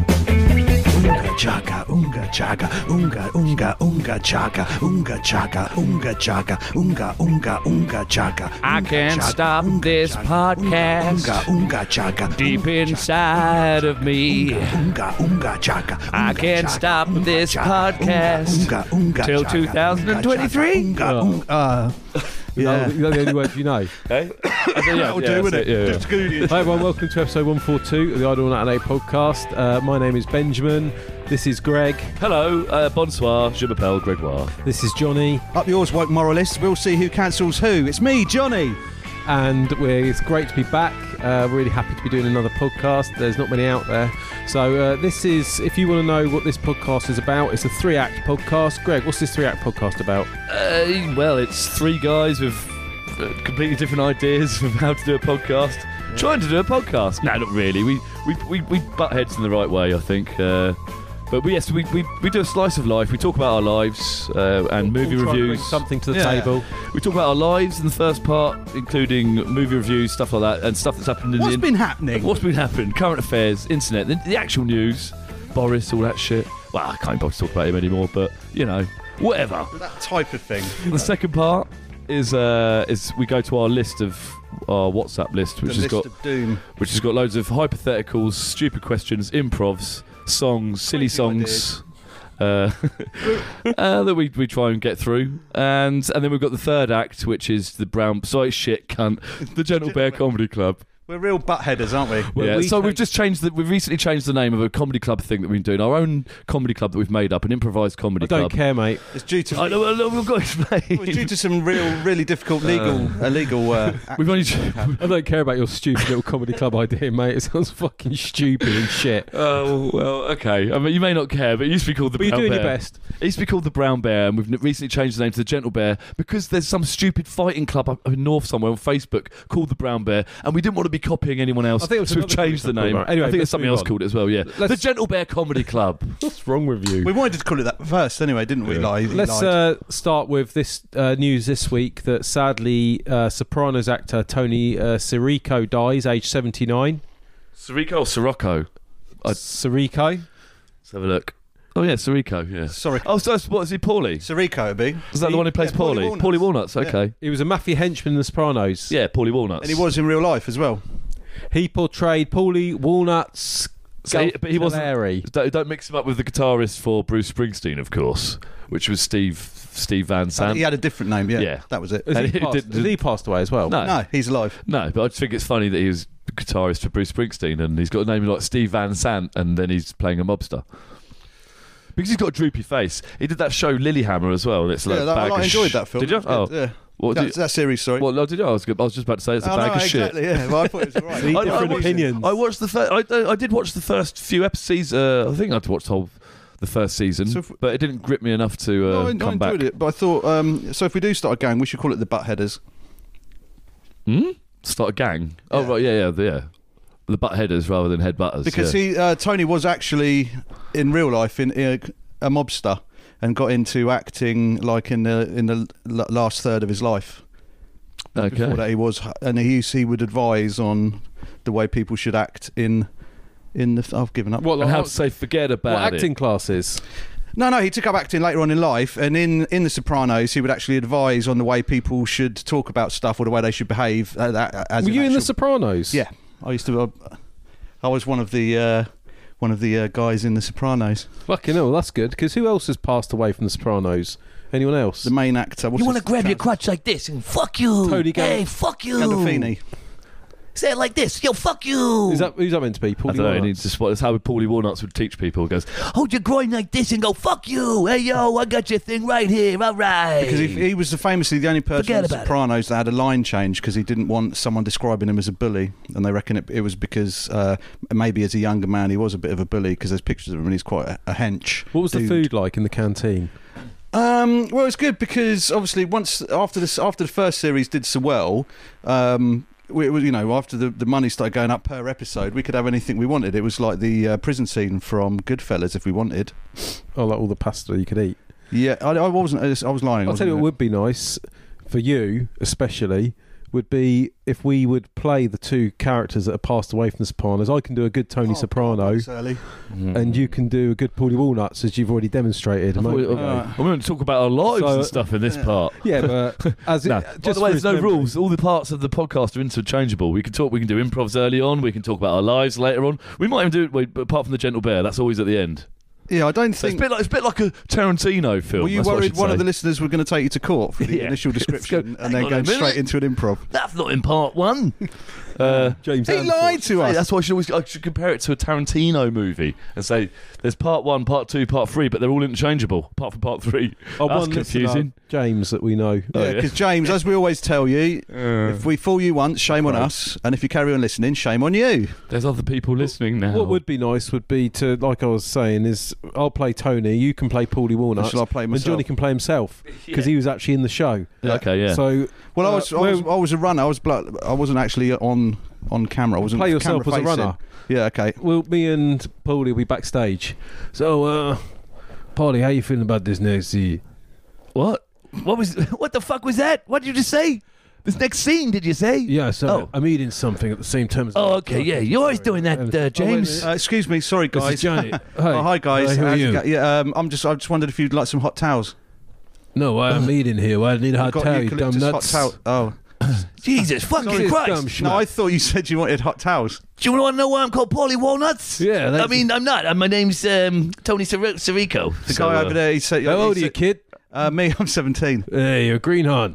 Unga chaka, unga chaka, unga unga unga chaka, unga chaka, unga chaka, unga unga unga chaka. I unga can't chaka, stop unga this chaka, podcast. Unga unga chaka. deep unga chaka, inside of me. Unga unga chaka. I unga can't chaka, stop unga this chaka, podcast Unga unga till chaka, unga 2023. chaka, Unga unga. Uh, Yeah. yeah. That's the only way you know. Hey? yeah, That'll do, that's wouldn't it? Just Google it. Hi everyone, welcome to episode 142 of the Idle Night and Eight podcast. Uh, my name is Benjamin. This is Greg. Hello, uh, bonsoir, je m'appelle Gregoire. This is Johnny. Up yours, woke moralists. We'll see who cancels who. It's me, Johnny. And we're, it's great to be back. Uh, really happy to be doing another podcast. There's not many out there. So uh, this is, if you want to know what this podcast is about, it's a three-act podcast. Greg, what's this three-act podcast about? Uh, well, it's three guys with uh, completely different ideas of how to do a podcast. Trying to do a podcast. No, not really. We, we, we, we butt heads in the right way, I think. Uh, but we, yes, we, we, we do a slice of life. We talk about our lives uh, and movie We'll try and bring reviews. something to the Yeah. table. We talk about our lives in the first part, including movie reviews, stuff like that, and stuff that's happened in What's the been happening? What's been happening? Current affairs, internet, the, the actual news, Boris, all that shit. Well, I can't bother to talk about him anymore, but you know, whatever. That type of thing. The second part is uh, is we go to our list of our WhatsApp list, which the list has got of doom. which has got loads of hypotheticals, stupid questions, improvs, songs, silly Thank you, songs. Uh, uh, that we, we try and get through, and and then we've got the third act, which is the brown side shit cunt, the Gentle Bear Comedy Club. We're real butt headers, aren't we? Well, yeah, we so take- we've just changed. The, we've recently changed the name of a comedy club thing that we've been doing. Our own comedy club that we've made up, an improvised comedy I don't club. care, mate. It's due to I know, I know, we've got to it was explain. due to some real, really Uh, difficult legal, illegal. Uh, We've only. I don't care about your stupid little comedy club idea, mate. It sounds fucking stupid and shit. Oh well, okay. I mean, you may not care, but it used to be called the. But you're Brown doing your Bear. best. It used to be called the Brown Bear, and we've n- recently changed the name to the Gentle Bear because there's some stupid fighting club up up in North somewhere on Facebook called the Brown Bear, and we didn't want to be copying anyone else. I think it was so we've another changed the comedy name. club called that. Anyway, I think there's let's something move else on. called it as well. Yeah, Let's- the Gentle Bear Comedy Club. What's wrong with you? we wanted to call it that first, anyway, didn't we? Lie, Let's lied. uh, start with this uh, news this week that sadly uh, Sopranos actor Tony uh, Sirico dies, age 79. Sirico or Sirocco? I- Sirico? Let's have a look. Oh yeah, Sirico. Yeah. Sorry, Oh, so it's- what is he, Paulie? Sirico would be, Is that the one who plays yeah, Paulie Paulie? Walnuts. Paulie Walnuts. Okay. He was a mafia henchman in The Sopranos. Yeah, Paulie Walnuts. and he was in real life as well. He portrayed Paulie Walnuts. So he- Gulf but he wasn't- Tulare. Don't, don't mix him up with the guitarist for Bruce Springsteen, of course, which was Steve Steve Van Sant. he had a different name. Yeah, Yeah. that was it. Has And he, he passed, did- has he passed away as well? No, no, No, he's alive. But I just think it's funny that he was the guitarist for Bruce Springsteen, and he's got a name like Steve Van Sant, and then he's playing a mobster. Because he's got a droopy face. He did that show Lilyhammer as well, and it's like yeah, a that, bag I of enjoyed sh- that film. Did you? It Oh, was good, yeah. what that, did you? that series, sorry. Well, no, did you? I was, good- I was just about to say it's a Oh, bag no, of shit. exactly, Yeah, well, I thought it was right. See, I- I different watched it. opinions. I watched the first. I, I did watch the first few episodes. Uh, I think I'd watched the whole the first season, So if- but it didn't grip me enough to uh, No, I, I come enjoyed back. it, but I thought um, so. If we do start a gang, we should call it the Butt Headers. Hmm? Start a gang. Oh Yeah. right, yeah, yeah, the- yeah. The butt headers rather than head butters. because yeah. he uh, Tony was actually in real life in, in a, a mobster and got into acting like in the in the l- last third of his life. Okay. Before that, he was, and he used- he would advise on the way people should act in in the. I've given up. What, and like, how what- to say forget about what it. acting classes? No, no, he took up acting later on in life, and in in The Sopranos, he would actually advise on the way people should talk about stuff or the way they should behave. Uh, that, as Were an you in The actual- Sopranos? Yeah, I used to. Uh, I was one of the uh, one of the uh, guys in The Sopranos. Fucking hell, that's good. Because who else has passed away from The Sopranos? Anyone else? The main actor. You What's his want to grab your trans- crotch like this and fuck you. Tony Gal- Hey, fuck you. Gandolfini. Say it like this. Yo, fuck you. Is that who's that meant to be? Paul I don't know. He Walnuts? needs to spot. That's how Paulie Walnuts would teach people. He Goes. Hold your groin like this and go fuck you. Hey, yo, I got your thing right here. All right. Because he, he was the, famously the only person Forget in The about it. Sopranos that had a line change because he didn't want someone describing him as a bully, and they reckon it, it was because uh, maybe as a younger man he was a bit of a bully because there's pictures of him and he's quite a, a hench. What was the dude. food like in the canteen? Um, well, it's good because obviously once after this after the first series did so well, um, we, it was- you know after the, the money started going up per episode, we could have anything we wanted. It was like the uh, prison scene from Goodfellas if we wanted. Oh, like all the pasta you could eat. Yeah, I, I wasn't. I was- I was lying. I I'll tell you wasn't- what would be nice for you, especially, would be if we would play the two characters that have passed away from the Sopranos. I can do a good Tony Oh, Soprano, Thanks, Ellie. and you can do a good Paulie Walnuts, as you've already demonstrated. a Mm-hmm. I thought we- moment okay. ago. Uh, I'm going to talk about our lives So- and stuff in this part. yeah, but as it, No. just uh, By the way, for there's his no memory. rules. All the parts of the podcast are interchangeable. We can talk. We can do improvs early on. We can talk about our lives later on. We might even do it. Wait, but apart from the gentle bear, that's always at the end. Yeah, I don't So it's a think. bit like it's a bit like a Tarantino film. Were you that's what I worried should one say. of the listeners were going to take you to court for the Yeah. initial Let's description go- and then hang on go a minute. straight into an improv? That's not in part one. uh, James, He Anderson. lied to Hey, us. that's why I should always I should compare it to a Tarantino movie and say there's part one, part two, part three, but they're all interchangeable apart from part three. Oh, that's one listener, confusing. James that we know. Oh, Yeah, yeah. because James, as we always tell you, if we fool you once, shame on us, and if you carry on listening, shame on you. There's other people listening now. What would be nice would be to, like I was saying, is I'll play Tony, you can play Paulie Walnuts, shall I play and myself? Johnny can play himself because he was actually in the show. Okay, yeah. So Well, I Uh, was, I was, well- I was a runner. I was, blo- I wasn't actually on on camera. I wasn't Play camera yourself as a facing. runner. Yeah, okay. Well, me and Paulie will be backstage. So, uh, Paulie, how you feeling about this next year? what? What was? What the fuck was that? What did you just say? This next scene, did you say? Yeah, so Oh. I'm eating something at the same time as. Oh, okay, yeah. You're always doing that, And- uh, Oh, wait a James. minute. Uh, excuse me, sorry This guys. is Johnny. Hi. Oh, hi guys. Hi, who are How's it you? go- yeah, um, I'm just. I just wondered if you'd like some hot towels. No, I'm eating here. I need a hot We've got towel, you dumb eucalyptus nuts. hot towel. Jesus fucking Jesus, Christ! dumb schmuck. Oh, no, I thought you said you wanted hot towels. Do you want to know why I'm called Paulie Walnuts? Yeah, that's- I mean, I'm not. Uh, My name's um, Tony Sir- Sirico. The guy over there, he said. how he old are you, said- kid? Uh, me, I'm 17. Hey, you're a greenhorn.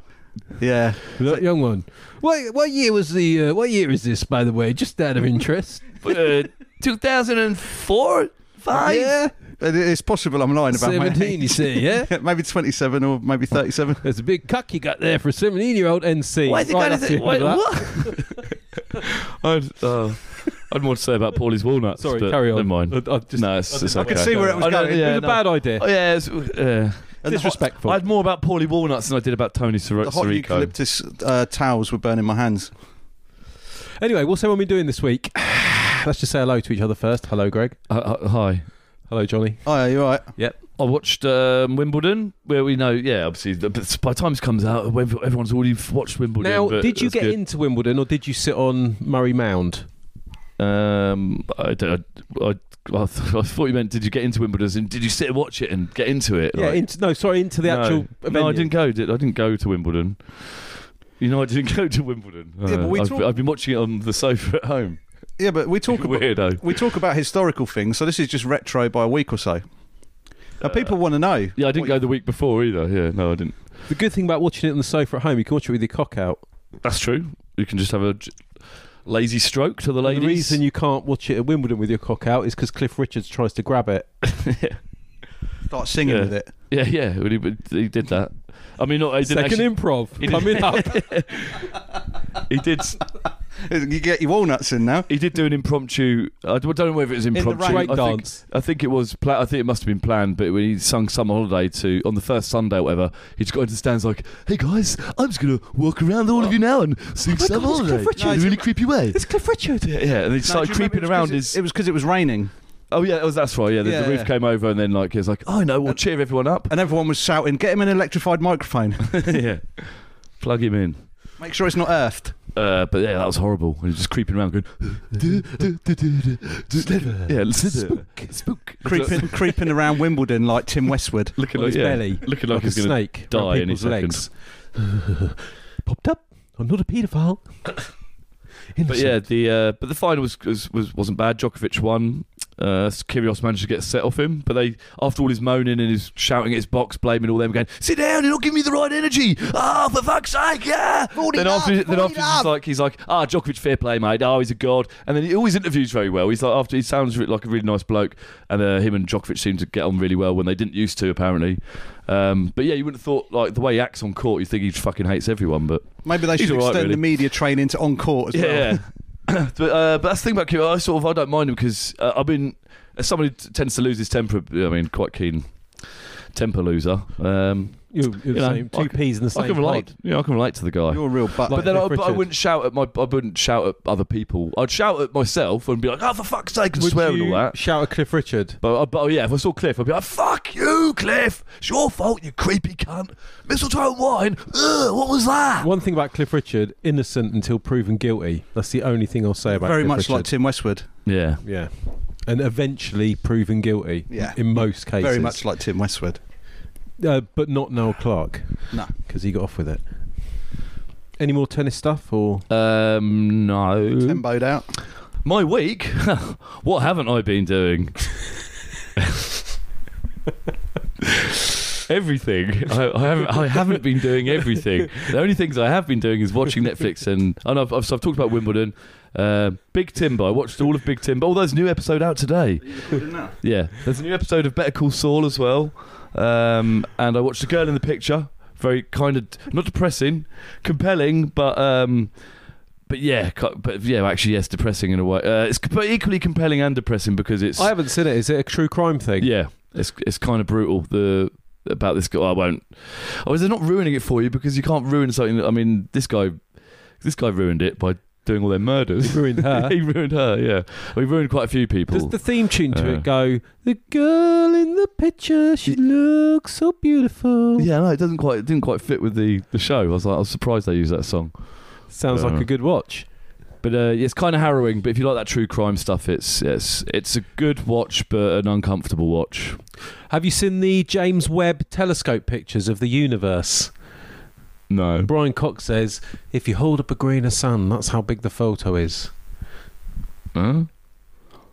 Yeah. That young one. What, what year was the? Uh, what year is this, by the way? Just out of interest. Uh, 2004, five. yeah. It- It's possible I'm lying about my Seventeen, age. you say? Yeah. maybe 27 or maybe 37. There's a big cock you got there for a 17 year old NC. Why is it Right kind up of? here Why, with that. what? I'd, uh, I'd more to say about Paulie's walnuts. Sorry, but carry on. Never mind. I, I just, no, it's, it's I okay. can see where it was Oh, no, going. yeah, it was no. a bad idea. Oh, yeah, it's, uh, And the hot- Disrespectful. I had more about Paulie Walnuts than I did about Tony Sir- The hot Sirico. eucalyptus uh, towels were burning my hands. Anyway, what's everyone been doing this week? Let's just say hello to each other first. Hello, Greg. Uh, uh, hi. Hello, Johnny. Oh, yeah, you're right. I watched um, Wimbledon, where we know, yeah, obviously, the, but by the time this comes out, ev- everyone's already f- watched Wimbledon. now, but did you it's get good. into Wimbledon or did you sit on Murray Mound? Um, I, don't- I, I, I thought you meant, did you get into Wimbledon? And did you sit and watch it and get into it? Yeah, Like, into, no, sorry, into the no. actual. No, I venue. didn't go. Did, I didn't go to Wimbledon. You know, I didn't go to Wimbledon. Yeah, but we I've, talk- I've been watching it on the sofa at home. Yeah, but we talk about Weirdo. we talk about historical things, so this is just retro by a week or so. Now, people want to know. Yeah, I didn't what- go the week before either. Yeah, no, I didn't. The good thing about watching it on the sofa at home, you can watch it with your cock out. That's true. You can just have a j- lazy stroke to the And ladies. The reason you can't watch it at Wimbledon with your cock out is because Cliff Richards tries to grab it. Start singing Yeah. with it. yeah, yeah, well, he, he did that. I mean, not, he didn't Second actually, improv did- coming up. he did. s- Uh, You get your walnuts in now. He did do an impromptu. I don't know whether it was impromptu. rain. I Great think- dance. I think it was. Pla- I think it must have been planned. But when he sung "Summer Holiday" to on the first Sunday, or whatever, he just got into the stands like, "Hey guys, I'm just gonna walk around all of you now and sing Oh Summer my God, it's Cliff Holiday in a Richard. really creepy way." It's Cliff Richard. Yeah, yeah, and he started creeping around his. It was because it was raining, oh yeah, it was, that's right. Yeah, the, the Yeah, roof yeah. came over, and then like he was like, "Oh no, we'll cheer everyone up." and everyone was shouting, "Get him an electrified microphone. yeah, plug him in. Make sure it's not earthed." Uh, but yeah, that was horrible. And he was just creeping around, going, "Du- du- du- du- du- du- du- yeah, spook, spook, Creeping, creeping around Wimbledon like Tim Westwood. looking on like his yeah, belly, looking like like, a he's gonna snake, die around any people's second. legs. Popped up. I'm not a paedophile. But yeah, the uh, but the final was, was, was wasn't bad. Djokovic won. Uh, Kyrgios managed to get a set off him, but they after all his moaning and his shouting at his box, blaming all them, going sit down, you're not giving me the right energy. Oh, for fuck's sake, yeah. Then after then after he's like he's like ah Djokovic, fair play, mate. Oh, he's a god. And then he always interviews very well. He's like after he sounds re- like a really nice bloke, and uh, him and Djokovic seem to get on really well when they didn't used to apparently. Um, but yeah, you wouldn't have thought like the way he acts on court, you think he fucking hates everyone, but. Maybe they He's should all right, extend really. the media training to on court as well. Yeah. but, uh, but that's the thing about Kieran. I sort of I don't mind him because uh, I've been as someone who t- tends to lose his temper. I mean, quite keen temper loser. Um, You're, you're You know, the same, I two can- peas in the same I can relate. pod. Yeah, I can relate to the guy. You're a real butt. Like- but then I, Cliff but I Richard. wouldn't shout at my I wouldn't shout at other people. I'd shout at myself and be like, "Oh, for fuck's sake!" and Would swear and you all that. shout at Cliff Richard? But, I- but oh, yeah, if I saw Cliff, I'd be like, "Fuck you, Cliff! It's your fault, you creepy cunt! Mistletoe and wine. Ugh, what was that?" One thing about Cliff Richard, innocent until proven guilty. That's the only thing I'll say about very Cliff much Richard. like Tim Westwood. Yeah, Yeah. And eventually proven guilty Yeah. in most cases. Very much like Tim Westwood. Uh, but not Noel Clark No. because he got off with it. Any more tennis stuff or Um, no. Temboed out. My week? what haven't I been doing? everything. I, I, haven't, I haven't been doing everything. The only things I have been doing is watching Netflix and, and I've, I've, so I've talked about Wimbledon. Uh, Big Timber. I watched all of Big Timber. Oh, there's a new episode out today. Yeah, there's a new episode of Better Call Saul as well. Um, and I watched The Girl in the Picture. Very kind of not depressing, compelling, but um, but yeah, co- but yeah, actually, yes, depressing in a way. Uh, it's but equally compelling and depressing because it's I haven't seen it. Is it a true crime thing? yeah, it's it's kind of brutal. The about this guy, I won't. Oh, is it not ruining it for you because you can't ruin something? That, I mean, this guy, this guy ruined it by doing all their murders. He ruined her. he ruined her. Yeah, well, he ruined quite a few people. Does the theme tune to Uh, it go, The girl in the picture, she It- looks so beautiful? Yeah, no, it doesn't quite it didn't quite fit with the, the show. I was like, I was surprised they used that song. Sounds Uh, like a good watch. But uh, yeah, it's kind of harrowing. But if you like that true crime stuff, it's it's it's a good watch, but an uncomfortable watch. Have you seen the James Webb telescope pictures of the universe? No, Brian Cox says, if you hold up a green of sand, that's how big the photo is. huh?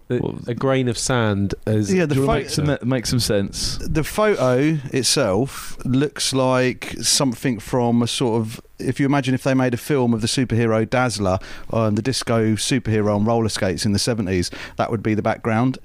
A, Well, a grain of sand as Yeah, the Do you wanna pho- make some make some sense. the photo itself looks like something from a sort of if you imagine if they made a film of the superhero Dazzler um, the disco superhero on roller skates in the 70s that would be the background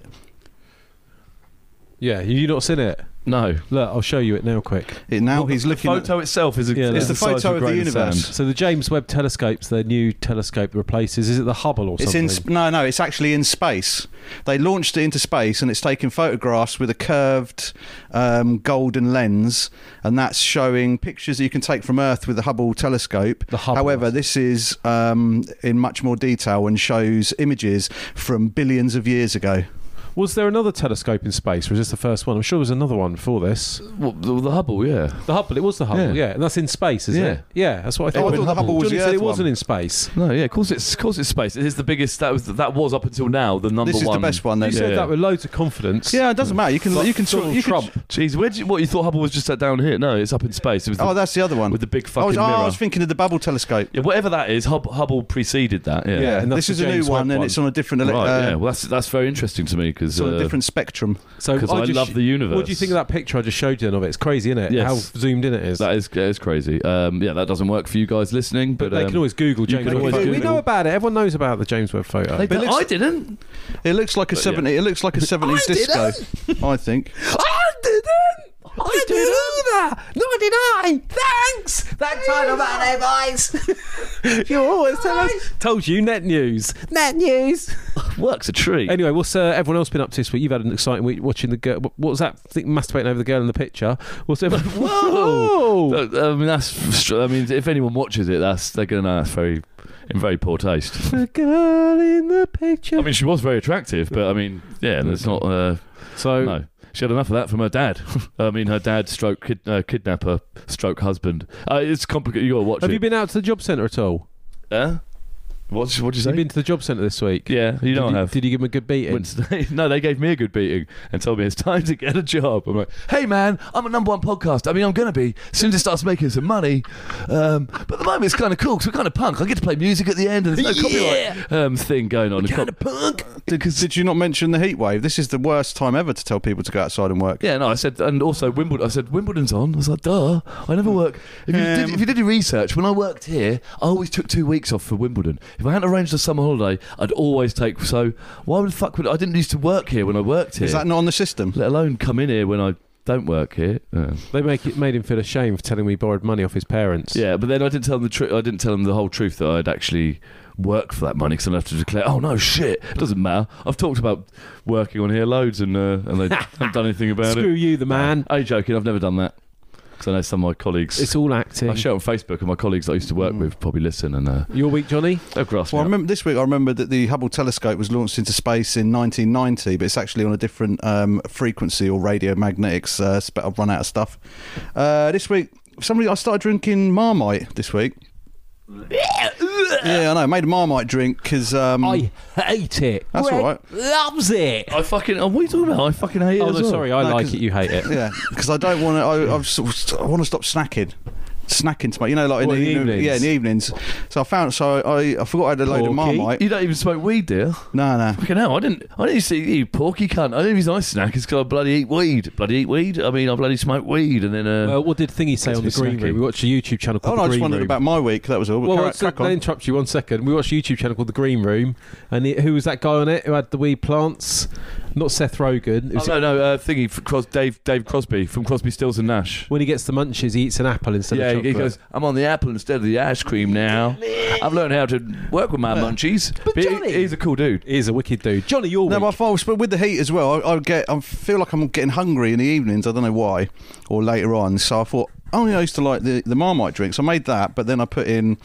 yeah. You not seen it? No, Look, I'll show you it now, quick. it, now Well, he's the looking photo itself is a, Yeah, is that's the, the size photo of, a of the grain universe. sand. So the James Webb telescope's their new telescope that replaces. Is it the Hubble or at, it's something? in sp- no no it's actually in space they launched it into space and it's taking photographs with a curved um, golden lens and that's showing pictures that you can take from earth with the Hubble telescope the Hubble. However, this is um, in much more detail and shows images from billions of years ago. was there another telescope in space? Or was this the first one? I'm sure there was another one before this. Well, the, the Hubble, yeah. The Hubble. It was the Hubble. Yeah. Yeah, and that's in space, isn't Yeah. it? Yeah, that's what I Oh, I thought. thought the Hubble was Johnny the said Earth it wasn't one. in space. No, yeah. Of course, it's of course it's space. It is the biggest. That was that was up until now the number this is one. the best one then. You Yeah. said that with loads of confidence. Yeah, it doesn't matter. You can you can talk. Donald You can- Trump. Jeez, where did you, what you thought Hubble was just at down here? No, it's up in space. It was the, oh, that's the other one. with the big I fucking was, oh, mirror. I was thinking of the Bubble Telescope. yeah, whatever that is, Hub, Hubble preceded that. Yeah. Yeah, and that's this the is a new James Webb one, and one. it's on a different ele- Right, uh, yeah. Well, that's that's very interesting to me uh, because it's on a different spectrum. So Because I just- love the universe. What do you think of that picture I just showed you then of it? It's crazy, isn't it? Yes. How zoomed in it is. that is that is crazy. Um, yeah, that doesn't work for you guys listening, but, but they um, can always Google you James can Webb. always photo. We Google. know about it. Everyone knows about the James Webb photo. They But don't- looks- I didn't. It looks like a yeah. seventy. It looks like a seventies disco. I think. I didn't! I didn't either! Nor did I! Thanks! That time about it, boys! You're always telling us. Told you net news. Net news. Works a treat. Anyway, what's uh, everyone else been up to this week? You've had an exciting week watching the girl. What was that thing masturbating over the girl in the picture? What's everyone? Whoa! Uh, I mean, that's. str- I mean, if anyone watches it, that's they're gonna know that's very in very poor taste. The girl in the picture. I mean, she was very attractive, but I mean, yeah, that's not. Uh, so no, she had enough of that from her dad. I mean, her dad, stroke kid, uh, kidnapper, stroke husband. Uh, it's complicated. You gotta watch have it. you been out to the job centre at all? Huh? What's what you say? Have you been to the job centre this week? yeah, you Did don't you, have. Did you give him a good beating? Wednesday. No, they gave me a good beating and told me it's time to get a job. I'm like, hey man, I'm a number one podcast. I mean, I'm gonna be as soon as it starts making some money. Um, but at the moment, it's kind of cool because we're kind of punk. I get to play music at the end, and there's no copyright um, thing going on. Kind of punk! Did, did you not mention the heat wave? This is the worst time ever to tell people to go outside and work. Yeah, no, I said, and also Wimbledon. I said Wimbledon's on. I was like, duh. I never work. If you, did, Um, if you did your research, when I worked here, I always took two weeks off for Wimbledon. If I hadn't arranged a summer holiday, I'd always take. So why would the fuck would I didn't used to work here when I worked here? Is that not on the system? let alone come in here when I don't work here. Uh, They make it made him feel ashamed for telling me he borrowed money off his parents. yeah, but then I didn't tell them the truth. I didn't tell them the whole truth that I'd actually worked for that money because I'd have to declare. Oh no, shit! Doesn't matter. I've talked about working on here loads, and uh, and they haven't done anything about Screw it. you, the man. Are you joking? I've never done that because I know some of my colleagues. It's all acting. I share on Facebook, and my colleagues that I used to Hmm. work with probably listen and uh, Your week, Johnny. they'll grasp Well, I me. up. remember this week. I remember that the Hubble telescope was launched into space in 1990, but it's actually on a different um, frequency or radio magnetics. Uh, sp- I've run out of stuff. Uh, this week, somebody I started drinking Marmite this week. yeah, I know. I made a Marmite drink because um, Mm. I hate it. That's Greg all right. Loves it. I fucking. Oh, what are you talking about? I fucking hate it. Oh, as no, well. sorry, I No, like 'cause- it. You hate it. yeah, because I don't want to. I, I've sort of st- I want to stop snacking. Snacking to my, you know, like in, Or the, in the evening- evenings. Yeah, in the evenings. So I found, so I, I forgot I had a load of Porky. Marmite. You don't even smoke weed, dear. No, no. Fucking hell, I didn't. I didn't see you, porky cunt. I didn't even I snack. It's because I bloody eat weed. Bloody eat weed. I mean, I bloody smoke weed, and then uh, Well, what did Thingy say Gets on me the Green snacky. Room? We watched a YouTube channel Oh, called no, I The just Green wondered Room. about my week. That was all. But well, crack, so- crack let me on. interrupt you one second. We watched a YouTube channel called The Green Room, and it, who was that guy on it who had the weed plants? Not Seth Rogen. It oh, was no, no, uh, thingy. f- Cros- Dave, Dave Crosby from Crosby, Stills and Nash. When he gets the munchies, he eats an apple instead yeah, of he- chocolate. he goes. I'm on the apple instead of the ice cream now. I've learned how to work with my munchies. But, he- Johnny- he's a cool dude. He is a wicked dude. Johnny, your No, week. my fault. But with the heat as well, I, I get. I feel like I'm getting hungry in the evenings. I don't know why, or later on. So I thought, oh, yeah, I used to like the, the Marmite drinks. I made that, but then I put in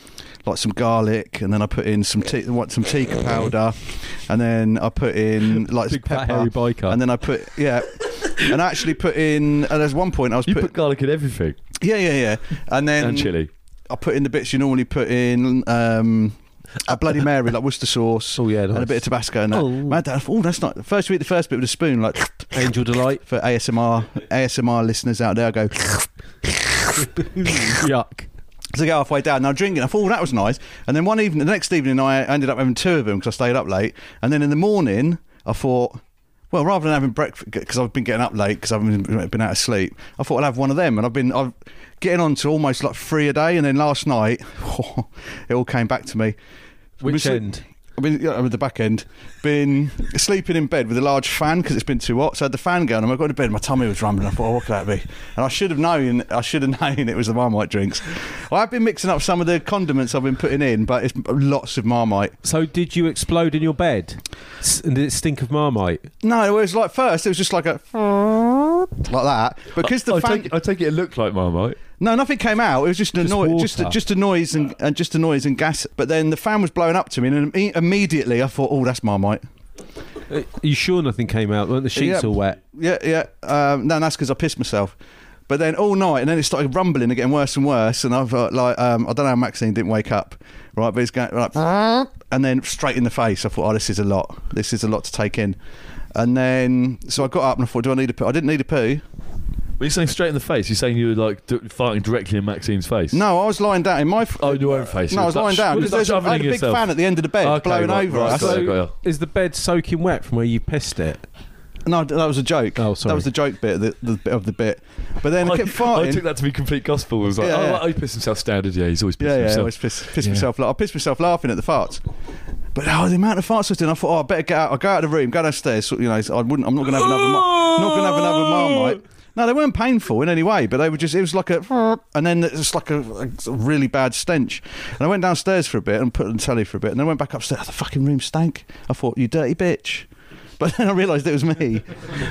like some garlic, and then I put in some tea, what, some tikka powder, and then I put in like some Big fat pepper, hairy biker. and then I put yeah. And I actually put in, and there's one point I was You putting, put garlic in everything yeah, yeah, yeah, and then and chili. I put in the bits you normally put in um, a Bloody Mary, like Worcester sauce. Oh, yeah, And a nice. bit of Tabasco and that. Oh. My dad, thought, oh, that's not. First we eat the first bit with a spoon, like Angel Delight. for ASMR ASMR listeners out there. I go, Yuck. so I go halfway down. And I'm drinking. I thought, oh, that was nice. And then one evening, the next evening, I ended up having two of them because I stayed up late. And then in the morning, I thought. Well, rather than having breakfast, because I've been getting up late because I've been been out of sleep, I thought I'd have one of them, and I've been I've getting on to almost like three a day, and then last night, it all came back to me. Which Obviously- end? I've been yeah, I'm at the back end, been sleeping in bed with a large fan because it's been too hot. So I had the fan going, and I got to bed, my tummy was rumbling. I thought, oh, what could that be? And I should have known. I should have known it was the Marmite drinks. I have been mixing up some of the condiments I've been putting in, but it's lots of Marmite. So, did you explode in your bed? S- and did it stink of Marmite? No, it was like first, it was just like a like that because the I, fan. Oh, take, I take it. It looked like Marmite. No, nothing came out. It was just a Just noise, just a, water. just a noise and, and just a noise and gas. But then the fan was blowing up to me, and imme- immediately I thought, oh, that's Marmite. Are Uh, you sure nothing came out? Weren't the sheets Yeah. all wet? Yeah, yeah. Um, no, that's because I pissed myself. But then all night, and then it started rumbling and getting worse and worse. And I've uh, like, um, I don't know how Maxine didn't wake up, right? But it's going like, and then straight in the face. I thought, oh, this is a lot. This is a lot to take in. And then, so I got up and I thought, do I need a poo? I didn't need a poo. But you're saying straight in the face. You're saying you were like d- farting directly in Maxine's face. No, I was lying down in my. F- Oh, in your own face. no, I was lying down. Well, it's There's a, like I had a shoveling big yourself. fan at the end of the bed Okay, blowing right, over right, us. got it, got it. Is the bed soaking wet from where you pissed it? No, that was a joke. Oh, sorry. That was the joke bit of the, the bit of the bit. But then I, kept farting. I took that to be complete gospel. It was like, Yeah, oh, yeah. well, he pissed himself standard. Yeah, he's always pissed Yeah, yeah. I himself. always piss, piss Yeah. myself. la- I pissed myself laughing at the farts. But oh, the amount of farts I was doing, I thought, oh, I better get out. I will go out of the room, go downstairs. so- You know, so I wouldn't. I'm not gonna have another. Mar- not gonna have another marmite. No, they weren't painful in any way, but they were just. It was like a, and then it's just like a, a really bad stench. And I went downstairs for a bit and put on the telly for a bit, and then went back upstairs. Oh, The fucking room stank. I thought, you dirty bitch. But then I realised it was me.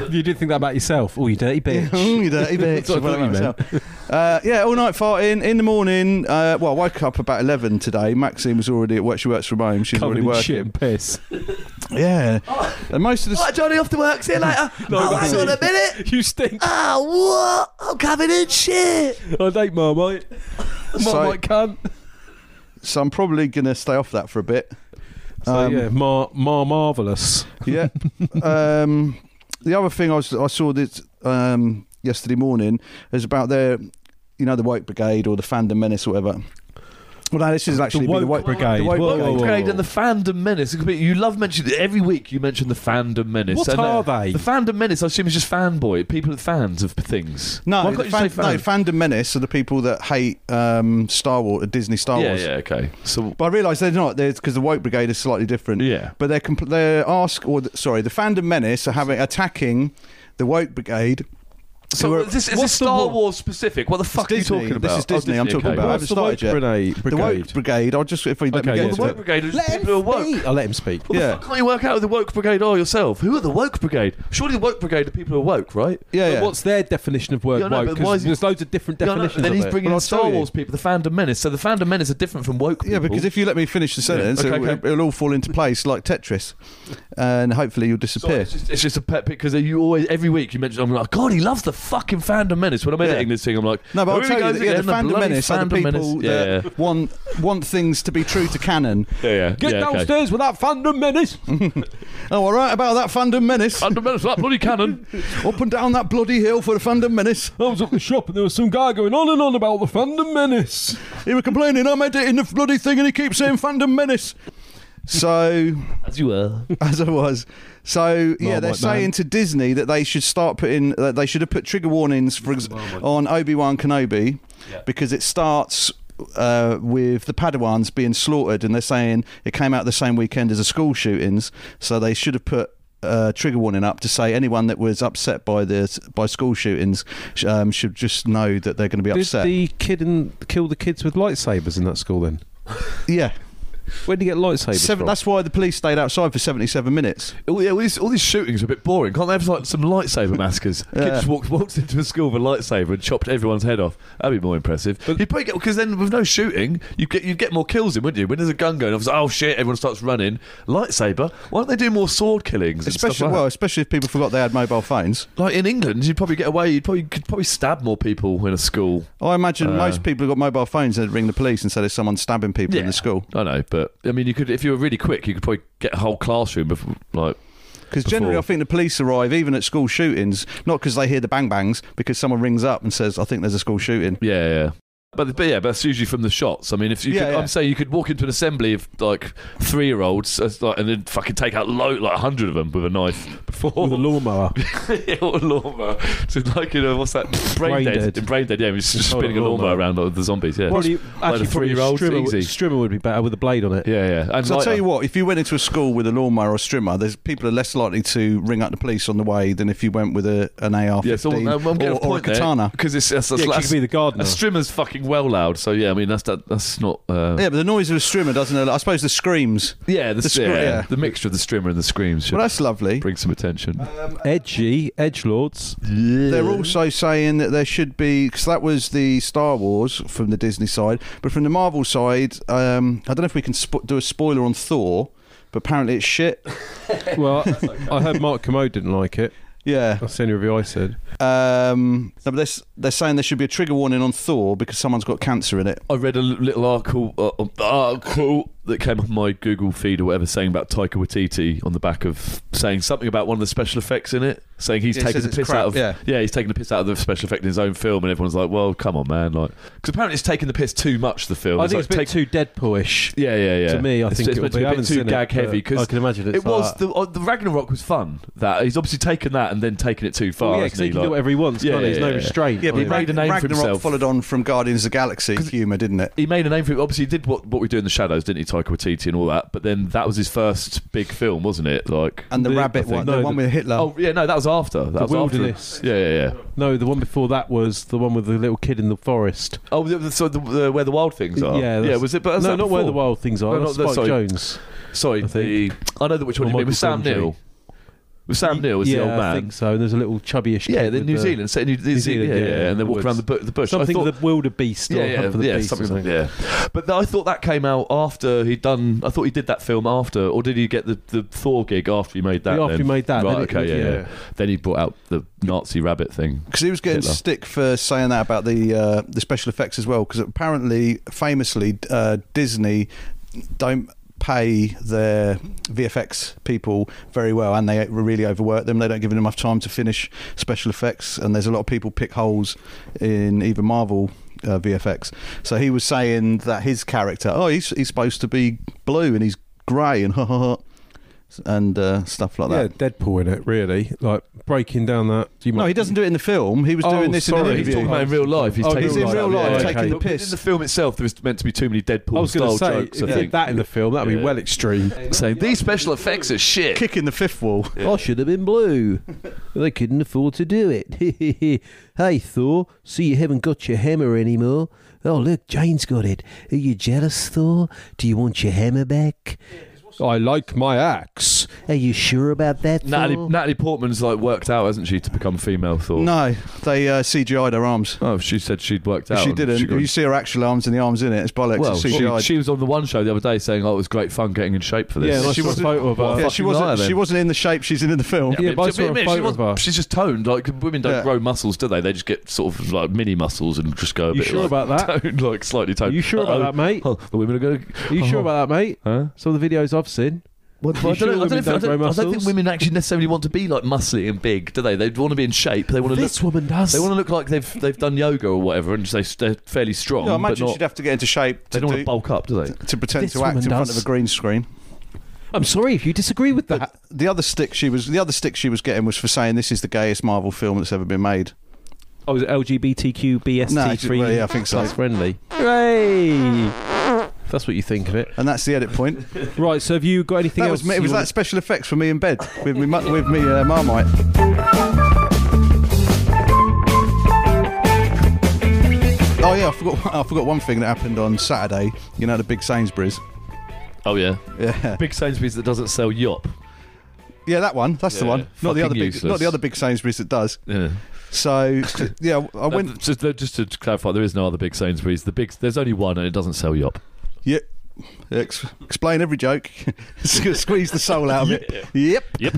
You did think that about yourself. Oh, you dirty bitch. Oh, you dirty bitch. That's what I thought you meant. Uh, yeah, all night farting. In the morning, uh, well, I woke up about 11 today. Maxine was already at work. She works from home. She's Covered already in working. shit and piss. Yeah. And most of the. Right, Johnny, off to work. See you later. oh, hang on a minute. you stink. Oh, what? I'm covered in shit. I date Marmite. Marmite cunt. So I'm probably going to stay off that for a bit. So, Um, yeah, Mar, Mar Marvellous. yeah. um, the other thing I, was, I saw this um, yesterday morning is about their, you know, the Woke Brigade or the Fandom Menace or whatever. Well, no, this is actually Woke the Woke Brigade. The Woke Whoa, Brigade. whoa, whoa. Great, and the fandom menace. It could be- You love mentioning every week. You mention the fandom menace. What And, uh, are they? The fandom menace. I assume is just fanboy. People are fans of things. No, Why the can't you fan, say no, fan? fandom menace are the people that hate um, Star Wars, Disney Star yeah, Wars. yeah, okay. So But I realise they're not, because the woke brigade is slightly different. Yeah. But they're compl- they're ask or the, sorry, the fandom menace are having attacking the woke brigade So Who are- is this, is what's this the Star war? Wars specific? What the fuck It's Disney. are you talking about? This is Oh, Disney I'm talking okay. about. What's the haven't woke started brigade? The woke brigade? brigade. I'll just if I let Okay, me get yeah, the into woke it. Woke brigade is Let people who are woke. speak. I'll let him speak. What Yeah. the fuck can't you work out who the woke brigade are yourself? Who are the woke brigade? Surely the woke brigade are people who are woke, right? Yeah, But yeah. what's their definition of word Yeah, I know, woke? but 'Cause why is he- there's loads of different Yeah, I know, definitions. but then of he's it. bringing Well, I'll in Star tell you. Wars people, the Phantom Menace. So the Phantom Menace are different from woke people. Yeah, because if you let me finish the sentence, okay, it'll- okay. it'll all fall into place like Tetris, and hopefully you'll disappear. Sorry, it's, just, it's just a pet pick because you always every week you mention I'm like God he loves the fucking Phantom Menace when I'm editing this thing I'm like No, but I'll "Here tell he you, goes that, yeah, again, the Phantom bloody Menace are the Phantom people Menace." Yeah, that want want things to be true to canon. yeah, yeah, yeah, Get yeah, okay. downstairs with that fandom menace. Oh, all right, about that Phantom Menace. Phantom Menace that bloody cannon Up and down that bloody hill for the Phantom Menace. I was up the shop and there was some guy going on and on about the fandom menace. He was complaining, I'm editing the bloody thing, and he keeps saying Phantom Menace. So, as you were as I was. So, yeah, they're Marmite saying man. to Disney that they should start putting, that they should have put trigger warnings for ex- on Obi Wan Kenobi because it starts. Uh, with the Padawans being slaughtered, and they're saying it came out the same weekend as the school shootings, so they should have put uh, trigger warning up to say anyone that was upset by the by school shootings sh- um, should just know that they're going to be Did upset. the kid and kill the kids with lightsabers in that school then? yeah, Where did you get lightsabers Seven, from? that's why the police stayed outside for 77 minutes. all, yeah, all, these, all these shootings are a bit boring can't they have like some lightsaber massacres kid Yeah. just walked, walked into a school with a lightsaber and chopped everyone's head off that'd be more impressive you'd probably get because then with no shooting you'd get, you'd get more kills in wouldn't you when there's a gun going off it's like, oh shit everyone starts running lightsaber why don't they do more sword killings and stuff Especially like that? well, especially if people forgot they had mobile phones. Like in England, you'd probably get away. You'd probably could probably stab more people in a school. I imagine Uh, most people who got mobile phones they'd ring the police and say there's someone stabbing people in Yeah. the school. I know, but I mean, you could if you were really quick, you could probably get a whole classroom. Before, like, Because generally, Before. I think the police arrive even at school shootings not because they hear the bang bangs, because someone rings up and says, "I think there's a school shooting." yeah, yeah. But, but yeah, but that's usually from the shots. I mean, if you, Yeah, could, yeah. I'm saying you could walk into an assembly of like three year olds, like, and then fucking take out load like hundred of them with a knife before with a lawnmower. yeah, or a lawnmower. So like you know, what's that? Brain, Brain dead. dead. Brain dead. Yeah, he's just Oh, spinning a lawnmower. lawnmower around like, the zombies. Yeah, Probably, actually, probably three-year-olds, strimmer, easy. strimmer would be better with a blade on it. yeah, yeah. And So I'll tell lighter. you what, if you went into a school with a lawnmower or a strimmer, there's people are less likely to ring up the police on the way than if you went with a, an AR-15 Yeah, so I'm, I'm getting or, a or a point katana. because it's that's, that's, Yeah, she that's, could be the gardener. a strimmer's fucking well loud. So yeah, I mean that's that, that's not. Uh, Yeah, but the noise of a strimmer doesn't. allow- I suppose the screams. yeah, the, The scr- yeah, yeah. the mixture of the strimmer and the screams should Well, that's lovely. bring some attention. Edgy, edge lords. They're also saying that there should be because that was the Star Wars from the Disney side, but from the Marvel side, um, I don't know if we can spo- do a spoiler on Thor, but apparently it's shit. Well, I heard Mark Commode didn't like it. Yeah, That's the only review I said. um, no, but they're, s- they're saying there should be a trigger warning on Thor because someone's got cancer in it. I read a l- little article, uh, uh, article that came up on my Google feed or whatever, saying about Taika Waititi on the back of saying something about one of the special effects in it, saying he's Yeah, it taking says the it's piss crap, out of yeah. he's taking the piss out of the special effect in his own film, and everyone's like, well, come on, man, like because apparently it's taking the piss too much. The film, I think like it's a bit take- too Deadpool-ish. Yeah, yeah, yeah. To me, I It's- think it's it'll meant to be. be I a haven't bit too seen it, gag but heavy I because can imagine it's it was like- the uh, the Ragnarok was fun. That he's obviously taken that and then taken it too far. Well, yeah, 'cause hasn't he he? can do Like, whatever he wants. Yeah, can't he? yeah, There's no yeah. restraint. Yeah, but on he it. made a name for Ragnarok himself. followed on from Guardians of the Galaxy humour, didn't it? he made a name for it. Obviously, he did what, what we do in the shadows, didn't he? Taika Waititi and all that. But then that was his first big film, wasn't it? Like, And the, The- I rabbit think- one, no, the one the- with Hitler. oh yeah, no, that was after. That The was after- Uh, Wilderness. Yeah, yeah, yeah. No, the one before that was the one with the little kid in the forest. Oh, the- the- so the, the, where the wild things are. Yeah, yeah. that's- Was it? But that's no, that not where the before. wild things are. No, that's not the- Spike sorry. Jones. Sorry, I I, the, I know that which one Or you mean. With Sam Michael Gondry. Neill. With Sam Neill as yeah, the old I man. think so. And there's a little chubbyish. Yeah, kid the with New the- Zealand, set in New, New Zealand, yeah, yeah, and they walk woods. around the, bu- the bush. I Something thought- the wildebeest or yeah, yeah, Hunt for the yeah, Beast. or something, something. yeah. But th- I thought that came out after he'd done. I thought he did that film after, or did he get the, the Thor gig after he made that? after then? he made that, right? then it- okay, yeah, yeah. yeah, Then he brought out the Nazi rabbit thing. Because he was getting Hitler. stick for saying that about the uh, the special effects as well. Because apparently, famously, uh, Disney don't pay their VFX people very well, and they really overwork them. They don't give them enough time to finish special effects, and there's a lot of people pick holes in even Marvel. Uh, VFX. So he was saying that his character, oh, he's, he's supposed to be blue and he's grey and ha ha ha. and uh, stuff like yeah, that. Deadpool in it, really, like breaking down that. You No, might- he doesn't do it in the film. He was Oh, doing this in sorry. an He's interview. talking about in real life. He's Oh, taking he's in the real piss. life, okay. taking the But piss. In the film itself, there was meant to be too many I was going Deadpool-style to say, jokes. if I you did think that in the film, that'd be Yeah. well extreme. saying these special effects are shit. Kicking the fifth wall. I should have been blue. but I couldn't afford to do it. hey, Thor, see you haven't got your hammer anymore. Oh, look, Jane's got it. Are you jealous, Thor? Do you want your hammer back? I like my axe. Are you sure about that, Natalie, Thor? Natalie Portman's like worked out, hasn't she, to become female Thor? No, they uh, CGI'd her arms. Oh, she said she'd worked out. She and didn't. got- you see her actual arms and the arms in it. It's bollocks. well, it's she, CGI'd. she was on the one show the other day saying, "Oh, it was great fun getting in shape for this." Yeah, and I she saw a wasn't- photo of her. yeah, she fucking wasn't. liar, then. she wasn't in the shape she's in in the film. Yeah, but I But saw a admit, she photo of wasn't- her. She's just toned. Like women don't Yeah. grow muscles, do they? They just get sort of like mini muscles and just go a You bit. like, sure about that? Toned, like slightly Are toned. you sure about Uh-oh. that, mate? Oh, the women are going. Are you sure Oh. about that, mate? Huh? Some of the videos I've seen. Well, You I, sure don't know, I, women don't know if- I don't- don't grow I don't muscles? think women actually necessarily want to be like muscly and big, do they? They want to be in shape. They want to This look. woman does. They want to look like they've they've done yoga or whatever, and they, they're fairly strong. I but imagine not, she'd have to get into shape they to, don't want do, to bulk up, do they? to pretend This to act in woman front does. of a green screen. I'm sorry if you disagree with that. But the other stick she was the other stick she was getting was for saying this is the gayest Marvel film that's ever been made. Oh, is it LGBTQBST3? No, yeah, I think so. Plus friendly. Hooray! That's what you think of it. And that's the edit point. Right, so have you got anything That else? was me, it you was wanna- that special effects for me in bed with me mu- with me uh, marmite. Oh yeah, I forgot. I forgot one thing that happened on Saturday. You know the big Sainsbury's. Oh yeah, Yeah, big Sainsbury's that doesn't sell yop. yeah, that one. That's the Yeah. one. Not the Fucking other big. useless. Not the other big Sainsbury's that does. Yeah. So yeah, I Uh, went. just, uh, just to clarify, there is no other big Sainsbury's. The big there's only one, and it doesn't sell yop. Yeah, ex- explain every joke. Squeeze the soul out of it. Yep. Yep.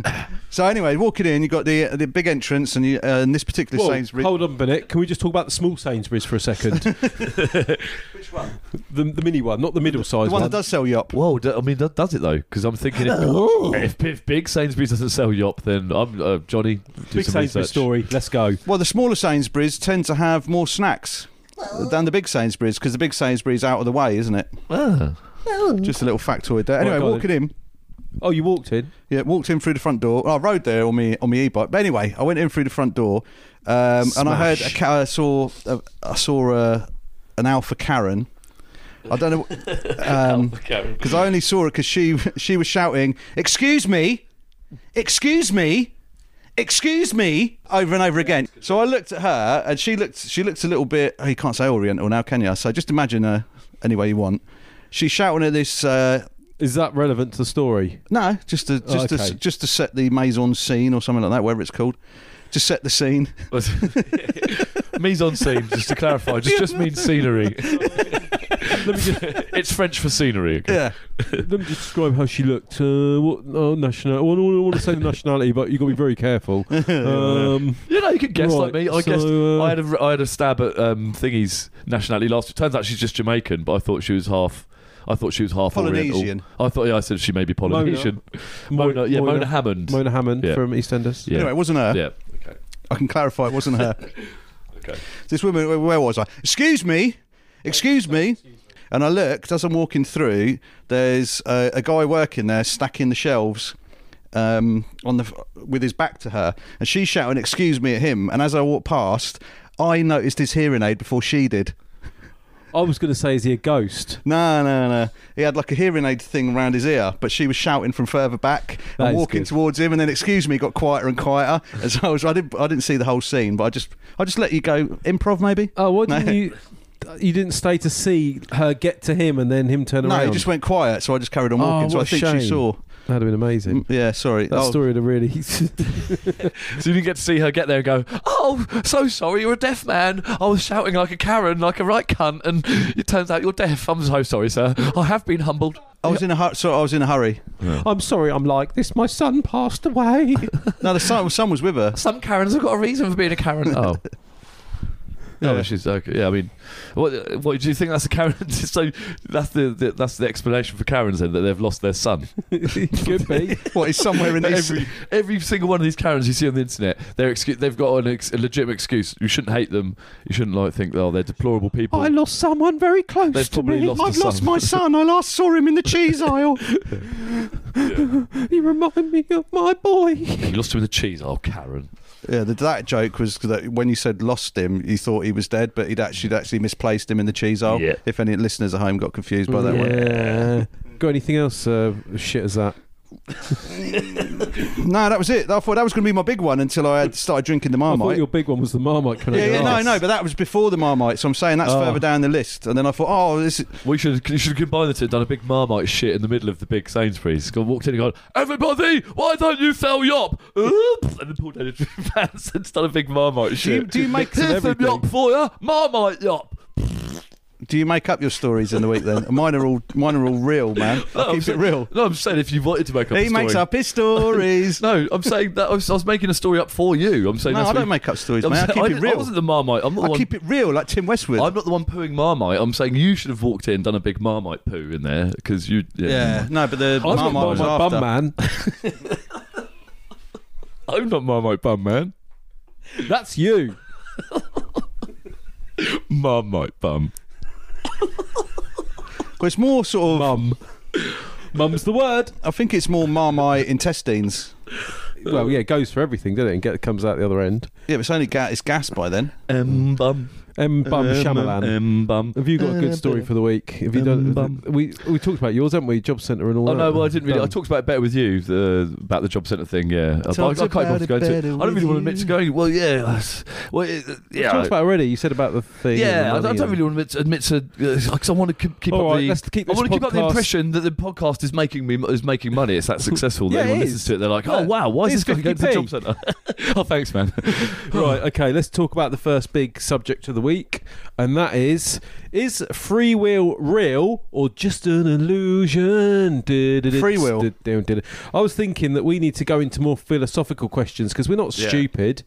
So anyway, walking in, you got the the big entrance, and you, uh, and this particular Whoa, Sainsbury's. Hold on a minute. Can we just talk about the small Sainsbury's for a second? Which one? The, the mini one, not the middle The sized one one. that does sell you up. Whoa, d- I mean, that does it though? Because I'm thinking if, if, if big Sainsbury's doesn't sell yop, then I'm uh, Johnny. Do Big some Sainsbury's research. story. Let's go. Well, the smaller Sainsbury's tend to have more snacks than the big Sainsbury's because the big Sainsbury's out of the way, isn't it? Ah. Just a little factoid there. Anyway, go on walking in. Oh, you walked in. Yeah, walked in through the front door. Oh, I rode there on me on my e-bike. But anyway, I went in through the front door, um, and I heard a Smash. ca- I saw a, I saw a, an alpha Karen. I don't know um, because I only saw her because she she was shouting, "Excuse me, excuse me." Excuse me, over and over again. So I looked at her, and she looked. She looked a little bit. Oh, you can't say Oriental now, can you? So just imagine her any way you want. She's shouting at this uh, Is that relevant to the story? no, just to just okay. to just to set the maison scene or something like that, whatever it's called. Just set the scene. Was- Mise en scene, just to clarify, just just means scenery. it's French for scenery. okay? Yeah. Let me just describe how she looked. Uh, what oh, national? I don't want to say the nationality, but you got to be very careful. Um, You know, you could guess like Right, me. I so, guessed. uh, I had a I had a stab at um, Thingy's nationality last. It turns out she's just Jamaican, but I thought she was half. I thought she was half Polynesian. Oriental. I thought yeah, I said she may be Polynesian. Mona, yeah, Mona, Hammond. Mona Hammond Yeah. from EastEnders. Yeah. Anyway, it wasn't her. yeah. I can clarify, it wasn't her. Okay. This woman. where- Where was I? Excuse me, excuse me. And I looked as I'm walking through. There's a, a guy working there stacking the shelves. Um, on the f- with his back to her, and she's shouting "Excuse me" at him. And as I walked past, I noticed his hearing aid before she did. I was going to say, is he a ghost? No, no, no. He had like a hearing aid thing around his ear, but she was shouting from further back That is and walking good. towards him. And then, excuse me, got quieter and quieter. And so I was, I didn't, I didn't see the whole scene, but I just, I just let you go. Improv, maybe. Oh, why didn't No. you? You didn't stay to see her get to him and then him turn No, around. it just went quiet, so I just carried on Oh, walking. so what I a think shame. she saw. That'd have been amazing. Mm, Yeah, sorry. That Oh, story would have really. So you didn't get to see her get there and go, "Oh, so sorry, you're a deaf man. I was shouting like a Karen, like a right cunt, and it turns out you're deaf. I'm so sorry, sir. I have been humbled." I was in a hurry. So I was in a hurry. I'm sorry. I'm like this. My son passed away. No, the son, son was with her. Some Karens have got a reason for being a Karen. Oh, Oh, she's okay. Yeah, I mean, what? What do you think? That's the Karen. So that's the, the that's the explanation for Karen's then that they've lost their son. Could be. What is somewhere in this? every every single one of these Karens you see on the internet, they're excu- they've got an ex- a legitimate excuse. You shouldn't hate them. You shouldn't like think oh they're deplorable people. I lost someone very close They've to probably me. lost I've a lost son. my son. I last saw him in the cheese aisle. you remind me of my boy. you lost him with the cheese. Oh, Karen. Yeah, the, that joke was that when you said lost him, you thought he was dead, but he'd actually actually misplaced him in the cheese aisle. Yeah. If any listeners at home got confused by that one, yeah. Got anything else uh, shit as that? no, that was it. I thought that was going to be my big one until I had started drinking the I thought Marmite. your big one was the Marmite kind yeah, of yeah, no, no, but that was before the Marmite, so I'm saying that's Oh. further down the list. And then I thought, oh, this is, We should you should combine the two. Done a big Marmite shit in the middle of the big Sainsbury's. Gone walked in and gone, everybody, why don't you sell yop? Oops, and then pulled down his pants and done a big Marmite do, shit. you, do you make Here's some yop for you, Marmite yop. do you make up your stories in the week then? mine are all mine are all real, man. No, I I'm keep it saying- real. No, I'm saying if you wanted to make up, a He makes story- up his stories. no, No, I'm saying that I was, I was making a story up for you. I'm saying that's I what don't you- make up stories, I'm man. I saying- keep it didn't- I real. wasn't the Marmite. I'm not the I one. keep it real, like Tim Westwood. I'm not the one pooing Marmite. I'm saying you should have walked in, done a big Marmite poo in there because you. Yeah. yeah, no, but the I've Marmite got was Oh, my after. bum man. I'm not Marmite bum man. That's you. Marmite bum. Well, it's more sort of. Mum. Mum's the word. I think it's more Marmite intestines. Well, yeah, it goes for everything, doesn't it? And get, comes out the other end. Yeah, but it's only ga- it's gas by then. M bum. M Um, bum Shyamalan. M bum. Have you got a good story for the week? Have you done? uh, Um, bum. We we talked about yours, haven't we? Job centre and all Oh that. no! Well, I didn't really. I Done. talked about it better with you the, about the job centre thing. Yeah, I, I, I Talked can't even bother to about go it into. it. better I don't with really want to admit to you. going. Well, yeah, that's- well, it- We talked yeah, about it already. You said about the thing. yeah. I and don't, I the money don't really want to admit, admit to because I want to keep, keep All up right, the. let's keep I this want to keep up the podcast- impression that the podcast is making me is making money. It's that successful. that Yeah, it everyone is. listens to it. They're like, oh Yeah. wow, why is Here's this guy going to the 50p. job centre? oh, thanks, man. and- right. Okay. Let's talk about the first big subject of the week, and that is: is free will real or just an illusion? Du-du-du-du- Free will. du-du-du-du. I was thinking that we need to go into more philosophical questions because we're not Yeah. stupid.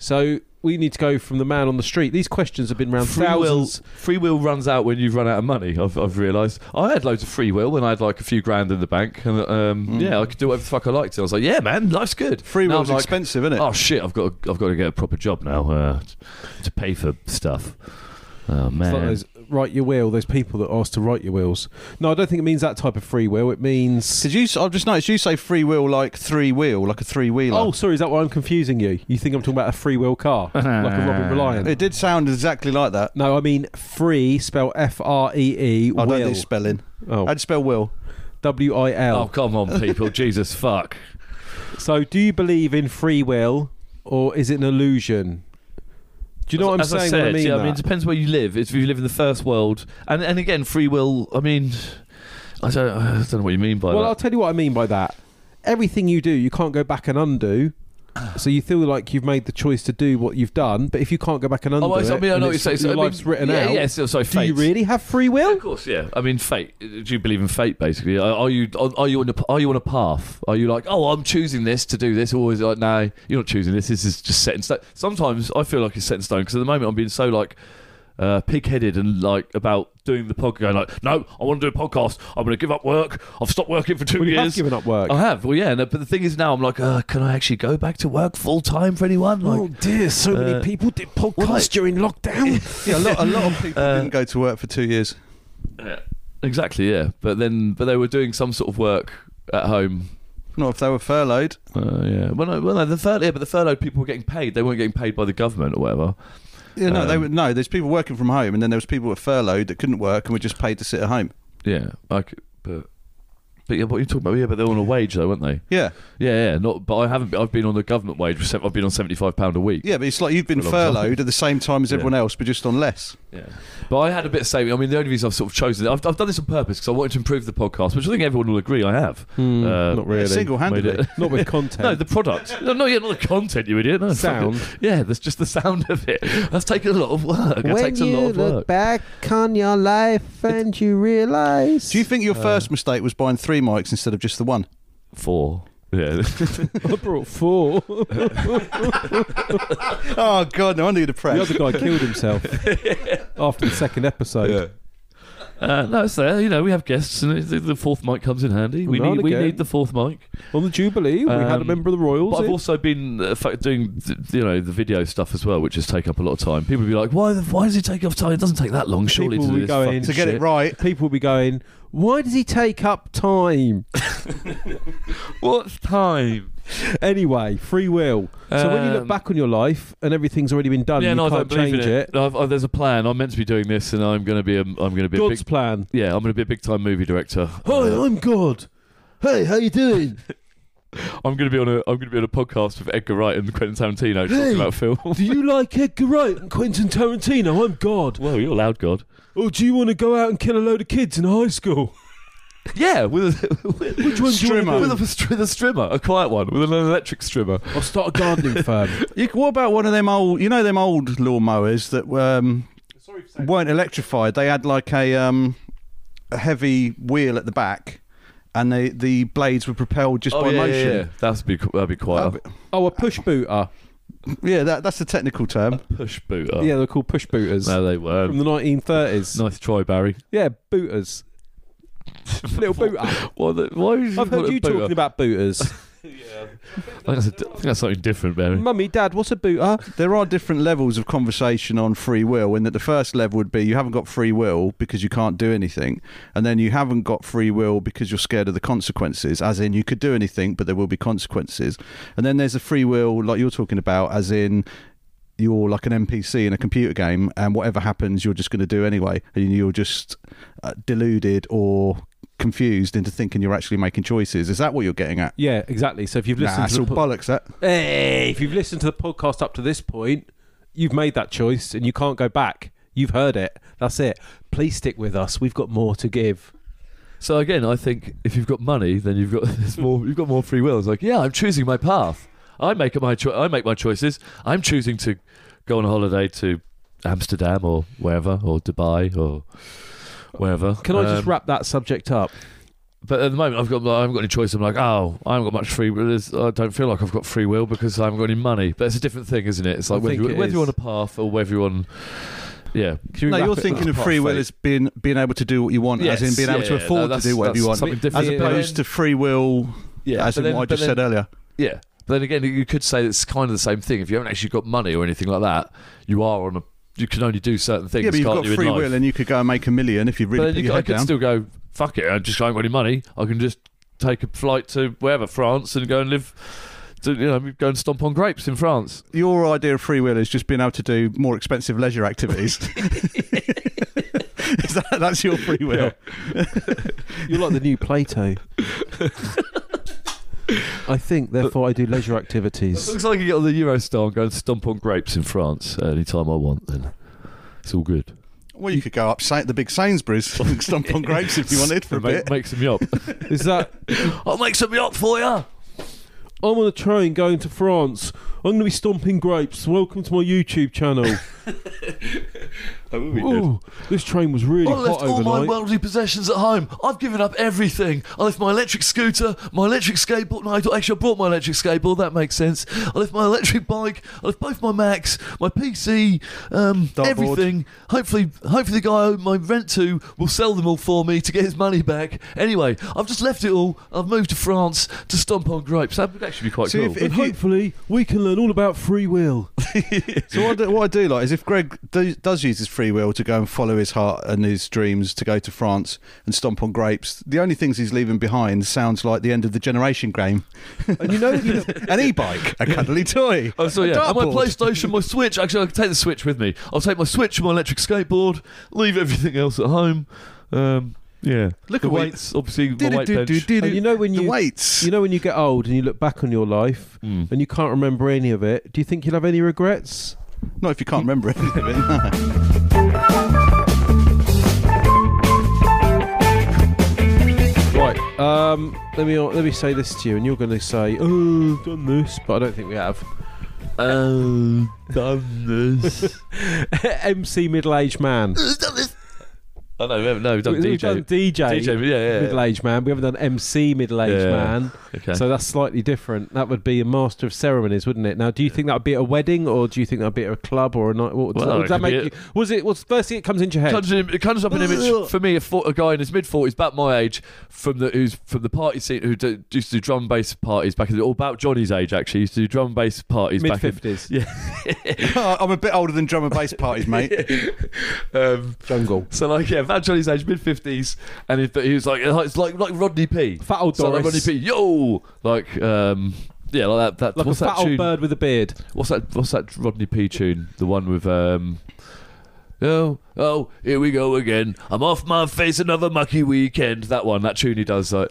So we need to go from the man on the street. These questions have been around free will, thousands. free will runs out when you've run out of money. I've, I've realised. I had loads of free will when I had like a few grand in the bank, and um, yeah, I could do whatever the fuck I liked. I was like, yeah, man, life's good. Free Now will's I'm like, expensive, isn't it? Oh shit, I've got I've got to get a proper job now uh, t- to pay for stuff. Oh It's like man. those write your will. Those people that ask to write your wills. No, I don't think it means that type of free will. It means Did you? s- I've just noticed you say free wheel like three wheel, like a three wheeler. Oh, sorry, is that why I'm confusing you? You think I'm talking about a free will car, like a Robin Reliant? it did sound exactly like that. no, I mean free, spell F R E E, I don't do will. spelling. Oh, I'd spell will. W I Oh L. come on, people! Jesus fuck! Oh. So, do you believe in free will or is it an illusion? Do you know As- what I'm as saying? when I, said, yeah, I mean, that? it depends where you live. If you live in the first world, and and again, free will. I mean, I don't, I don't know what you mean by well, I'll that. tell you what I mean by that. Everything you do, you can't go back and undo. So you feel like you've made the choice to do what you've done, but if you can't go back and undo Oh, I, it, I mean, I and know what you it's- say. So, your I mean, life's written yeah, out. Yeah, so, so do fate. you really have free will? Of course, yeah. I mean, fate. Do you believe in fate? Basically, are are you are you on a, are you on a path? Are you like, oh, I'm choosing this to do this, or is it like, no, you're not choosing this. This is just set in stone. Sometimes I feel like it's set in stone because at the moment I'm being so like uh, pig-headed and like about doing the podcast. Going like, no, I want to do a podcast. I'm going to give up work. I've stopped working for two Well, you years. have given up work. I have. Well, yeah. No, but the thing is, now I'm like, uh, can I actually go back to work full time for anyone? Like, Oh, dear, so uh, people did podcasts like- during lockdown. Yeah, a lot, a lot of people didn't go to work for two years. Yeah. Exactly, yeah. But then, but they were doing some sort of work at home. Not if they were furloughed. Uh, yeah. Well, no, well, no, the furlough, yeah, but the furloughed people were getting paid. They weren't getting paid by the government or whatever. Yeah, no, they Um, were, no. There's people working from home, and then there was people who were furloughed that couldn't work and were just paid to sit at home. Yeah. Like, but, but yeah, what are you talking about? Yeah, but they're on a wage though, weren't they? Yeah, Yeah, yeah. Not, but I haven't. I've been on a government wage. for se- I've been on seventy-five pound a week. yeah, but it's like you've been For a long time. furloughed at the same time as Yeah. everyone else, but just on less. Yeah. But I had a bit of saving. I mean, the only reason I've sort of chosen I've, I've done this on purpose because I wanted to improve the podcast, which I think everyone will agree I have. Hmm, Uh, not really. Single-handedly. Made it- Not with content. No, the product. No, no, yeah, not the content, you idiot. No, fucking- Sound. Yeah, that's just the sound of it. That's taken a lot of work. That when takes a you lot look of work. back on your life and you realize Do you think your first mistake was buying three mics instead of just the one? Four. Yeah. I brought four. Oh God, no wonder you're The depressed. other guy killed himself after the second episode. Uh, no, it's there. You know, we have guests, and the, the fourth mic comes in handy. We Now and need, we again. need the fourth mic. On the Jubilee, we had a Um, member of the Royals. But I've in. also been uh, fa- doing, th- you know, the video stuff as well, which has taken up a lot of time. People be like, "Why? the- Why does it take off time? It doesn't take that long, surely." People to do will this go fuck- in. to get it Shit. right. People will be going, why does he take up time? What time? anyway, free will. So when you look Um, back on your life and everything's already been done, yeah, you no, I can't don't believe change in it. No, I've, oh, there's a plan. I'm meant to be doing this, and I'm going to be a, I'm going to be a God's big, plan. yeah, I'm going to be a big time movie director. Hi, I'm God. Hey, how you doing? I'm going to be on a I'm going to be on a podcast with Edgar Wright and Quentin Tarantino Hey. talking about film. Do you like Edgar Wright and Quentin Tarantino? I'm God. Well, you're loud, God. Or do you want to go out and kill a load of kids in high school? Yeah, with a, with, Which one do you Strimmer. want with, a, str- with a strimmer, a quiet one, with an electric strimmer. I'll start a gardening firm. You, what about one of them old? You know them old lawnmowers that um, weren't electrified. They had like a, um, a heavy wheel at the back, and they, the blades were propelled Oh, just by motion. That's be qu- that'd be That'd quite be- Oh, a push booter. Yeah, that, that's the technical term. a push booter. Yeah, they're called push booters. no, they From weren't. the 1930s. Nice try, Barry. Yeah, booters. Little booter. Well, the, why would you I've call heard it you a booter? talking about booters. I think, that's a di- I think that's something different, Barry. Mummy, Dad, what's a booter? There are different levels of conversation on free will, in that the first level would be you haven't got free will because you can't do anything, and then you haven't got free will because you're scared of the consequences, as in you could do anything, but there will be consequences. And then there's a free will, like you're talking about, as in you're like an NPC in a computer game, and whatever happens, you're just going to do anyway, and you're just uh, deluded or confused into thinking you're actually making choices. Is that what you're getting at? Yeah, exactly. So if you've Nah, listened that's to all the po- bollocks. That Hey, if you've listened to the podcast up to this point, you've made that choice and you can't go back. You've heard it. That's it. Please stick with us. We've got more to give. So again, I think if you've got money, then you've got there's more. You've got more free will. It's like, yeah, I'm choosing my path. I make up my cho- I make my choices. I'm choosing to go on a holiday to Amsterdam or wherever, or Dubai or wherever. Can I just Um, wrap that subject up? But at the moment, I've got I haven't got any choice. I'm like, oh, I haven't got much free. will. There's- I don't feel like I've got free will because I haven't got any money. But it's a different thing, isn't it? It's like I whether, think you, it whether you're on is. a path or whether you're on, yeah. Can we No, wrap you're it thinking up? of free will as being being able to do what you want, as in being able to yeah, afford no, to do that's- whatever you that's want, something as different. yeah. opposed to free will, yeah, as but in then- what I but just then- said earlier. Yeah. But then again, you could say it's kind of the same thing. If you haven't actually got money or anything like that, you are on a. You can only do certain things. Yeah, but you've can't got you, in free life? will, and you could go and make a million if you but really then put you, your I head could down. still go. Fuck it! I just I haven't got any money. I can just take a flight to wherever France and go and live. To, you know, go and stomp on grapes in France. Your idea of free will is just being able to do more expensive leisure activities. Is that, that's your free will. You're like the new Plato. I think, therefore, I do leisure It activities. looks like I can get on the Eurostar and go and stomp on grapes in France uh, anytime I want. Then it's all good. Well, you could go up Sa- the big Sainsbury's and stomp on grapes if you wanted for a make, bit. Make some yop. Is that I'll make some yop for you. I'm on a train going to France. I'm going to be stomping grapes. Welcome to my YouTube channel. That would be Ooh, this train was really I hot left all my overnight. worldly possessions at home. I've given up everything. I left my electric scooter, my electric skateboard. No, I don't- actually, I brought my electric skateboard. That makes sense. I left my electric bike. I left both my Macs, my PC, um, Dartboard. everything. Hopefully, hopefully, the guy I owe my rent to will sell them all for me to get his money back. Anyway, I've just left it all. I've moved to France to stomp on grapes. That would actually be quite So cool. if- And hopefully, we can learn all about free will. So what I, do, what I do like is if Greg do, does use his free will to go and follow his heart and his dreams to go to France and stomp on grapes, the only things he's leaving behind sounds like the end of the generation game. And you know, An e-bike, a cuddly toy. Oh, so a yeah, and my dartboard. PlayStation, my Switch. Actually, I can take the Switch with me. I'll take my Switch, my electric skateboard, leave everything else at home. Um, yeah, Look the at what- weights. Obviously, my weight bench. and you know when The you weights. you know when you get old and you look back on your life Mm. and you can't remember any of it. Do you think you'll have any regrets? Not if you can't remember anything. of it, no. Right. Um. Let me let me say this to you, and you're going to say, "Oh, I've done this," but I don't think we have. Oh, done this. MC middle-aged man. done this. I know, we haven't- no, we've done We've DJ. done DJ, DJ, yeah, yeah, yeah. middle-aged man. We haven't done MC middle-aged Yeah. man. Okay. So that's slightly different. That would be a master of ceremonies, wouldn't it? Now, do you think that would be at a wedding, or do you think that would be at a club or a night? What, Well, does it that could be make you? it. Was it? Was first thing it comes into your head? Conjures him- it conjures up an image for me, a, fo- a guy in his mid forties, about my age, from the who's from the party scene, who do, used to do drum and bass parties back in the, or about Johnny's age actually, used to do drum and bass parties Mid back in fifties. Oh, I'm a bit older than drum and bass parties, mate. um, Jungle. So like yeah, about Johnny's age, mid fifties, and he, he was like it's like like Rodney P. Fat old So like Doris. Rodney P. Yo, like um. Yeah, like that. that Like what's a that fat old tune? bird with a beard. What's that? What's that Rodney P tune? The one with um. Oh, oh, here we go again. I'm off my face another mucky weekend. That one, that tune he does like.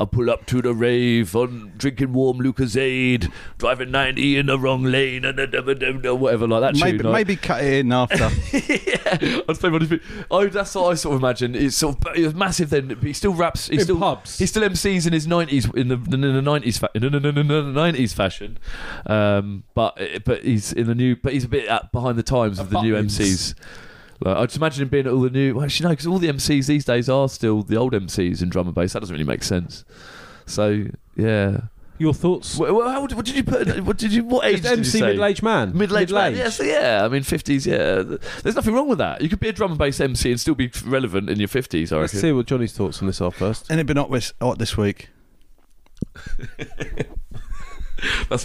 I pull up to the rave on drinking warm Lucasade, driving 90 in the wrong lane, and da- da- da- da- da- whatever like that maybe, tune. like- maybe cut it in after. yeah, I'd say Rodney P. Oh, that's what I sort of imagine. It's sort of it was massive then, but he still raps. He In still pubs. He still MCs in his nineties in the in the nineties fa- in the nineties fashion. Um, but but he's in the new. But he's a bit at, behind the times of the new buttons. MCs. Like, I just imagine him being at all the new. Well, actually, no, because all the MCs these days are still the old MCs in drum and bass. That doesn't really make sense. So yeah. Your thoughts? Well, how, what did you put? What did you? What age Just did you MC say? middle-aged man. Middle-aged, man. Middle-aged. Yeah, so yeah. I mean, fifties. Yeah, there's nothing wrong with that. You could be a drum and bass MC and still be relevant in your fifties. I Let's reckon. see what Johnny's thoughts on this are first. and it been hot this, hot this week. That's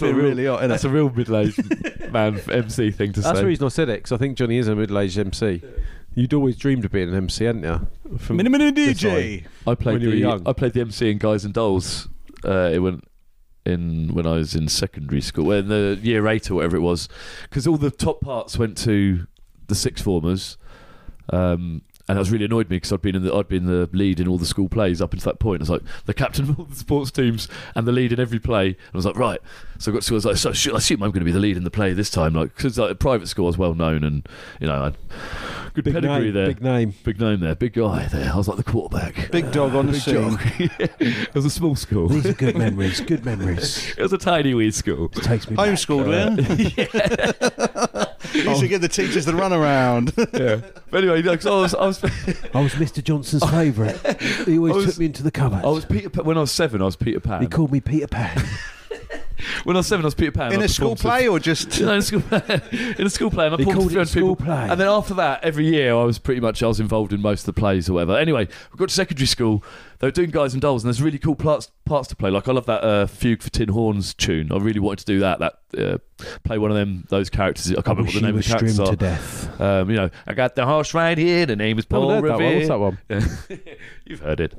It's been really hot, That's isn't a real middle-aged man MC thing to That's say. the reason I said it because I think Johnny is a middle-aged MC. You'd always dreamed of being an MC, hadn't you? From- Minimum This DJ. I played When you were the young. I played the MC in Guys and Dolls. Uh, it went in when I was in secondary school, well, in the year eight or whatever it was, because all the top parts went to the sixth formers, um, and that's really annoyed me because I'd been in the I'd been the lead in all the school plays up until that point. I was like the captain of all the sports teams and the lead in every play. And I was like, right. So I got to school. I was like, so shoot, I assume I'm going to be the lead in the play this time, like because like, at private school I was well known and you know I had good big pedigree name, there. Big name. Big name there, big guy there. I was like the quarterback. Big dog on the Big scene. dog. it was a small school. These are good memories. Good memories. It was a tiny wee school. It takes me back. Homeschooled, man. You should give the teachers the runaround. Yeah. But anyway, no, 'cause I was, I was, I was Mr. Johnson's favourite. He always I was- took me into the cupboard. I was Peter. Pa- when I was seven, I was Peter he Pan. called me Peter Pan. When I was seven, I was Peter Pan. in I a school performed to- play or just. No, in a school play. in a school play, and I They performed called to it 300 people. school play. And then after that, every year, I was pretty much I was involved in most of the plays or whatever. Anyway, we got to secondary school. They were doing guys and dolls, and there's really cool parts parts to play. Like I love that uh, fugue for tin horns tune. I really wanted to do that. That uh, play one of them those characters. I can't I remember what wish the he name of was the characters streamed are. to death. Um, you know, I got the horse right here. The name is Never Paul heard that one. Revere. What's that one? You've heard it.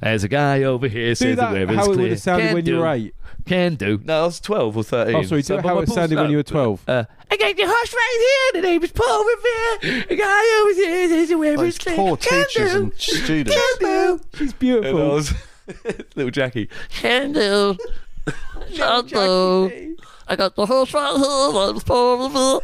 There's a guy over here Do says the that weather's how it clear. would have sounded Can when you do, were eight. Can do. No, I was 12 or 13. Oh, sorry. Do So it my- how my it balls- sounded when no. you were twelve. Uh, I got the horse right here. The name is Paul Revere. The guy over here says the weather's Those clear. poor Can teachers do, and students. Can do. She's And I beautiful. was little Jackie. Can do. Can do. I got the horse right here. It's Paul Revere.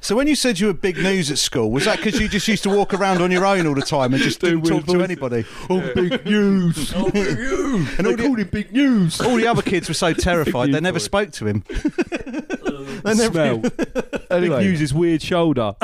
So when you said you were big news at school, was that because you just used to walk around on your own all the time and just didn't talk to anybody? Oh, big news. oh, big news. And They they called him big news. All the other kids were so terrified they never spoke to him. they never, Smell. Big news. His weird shoulder.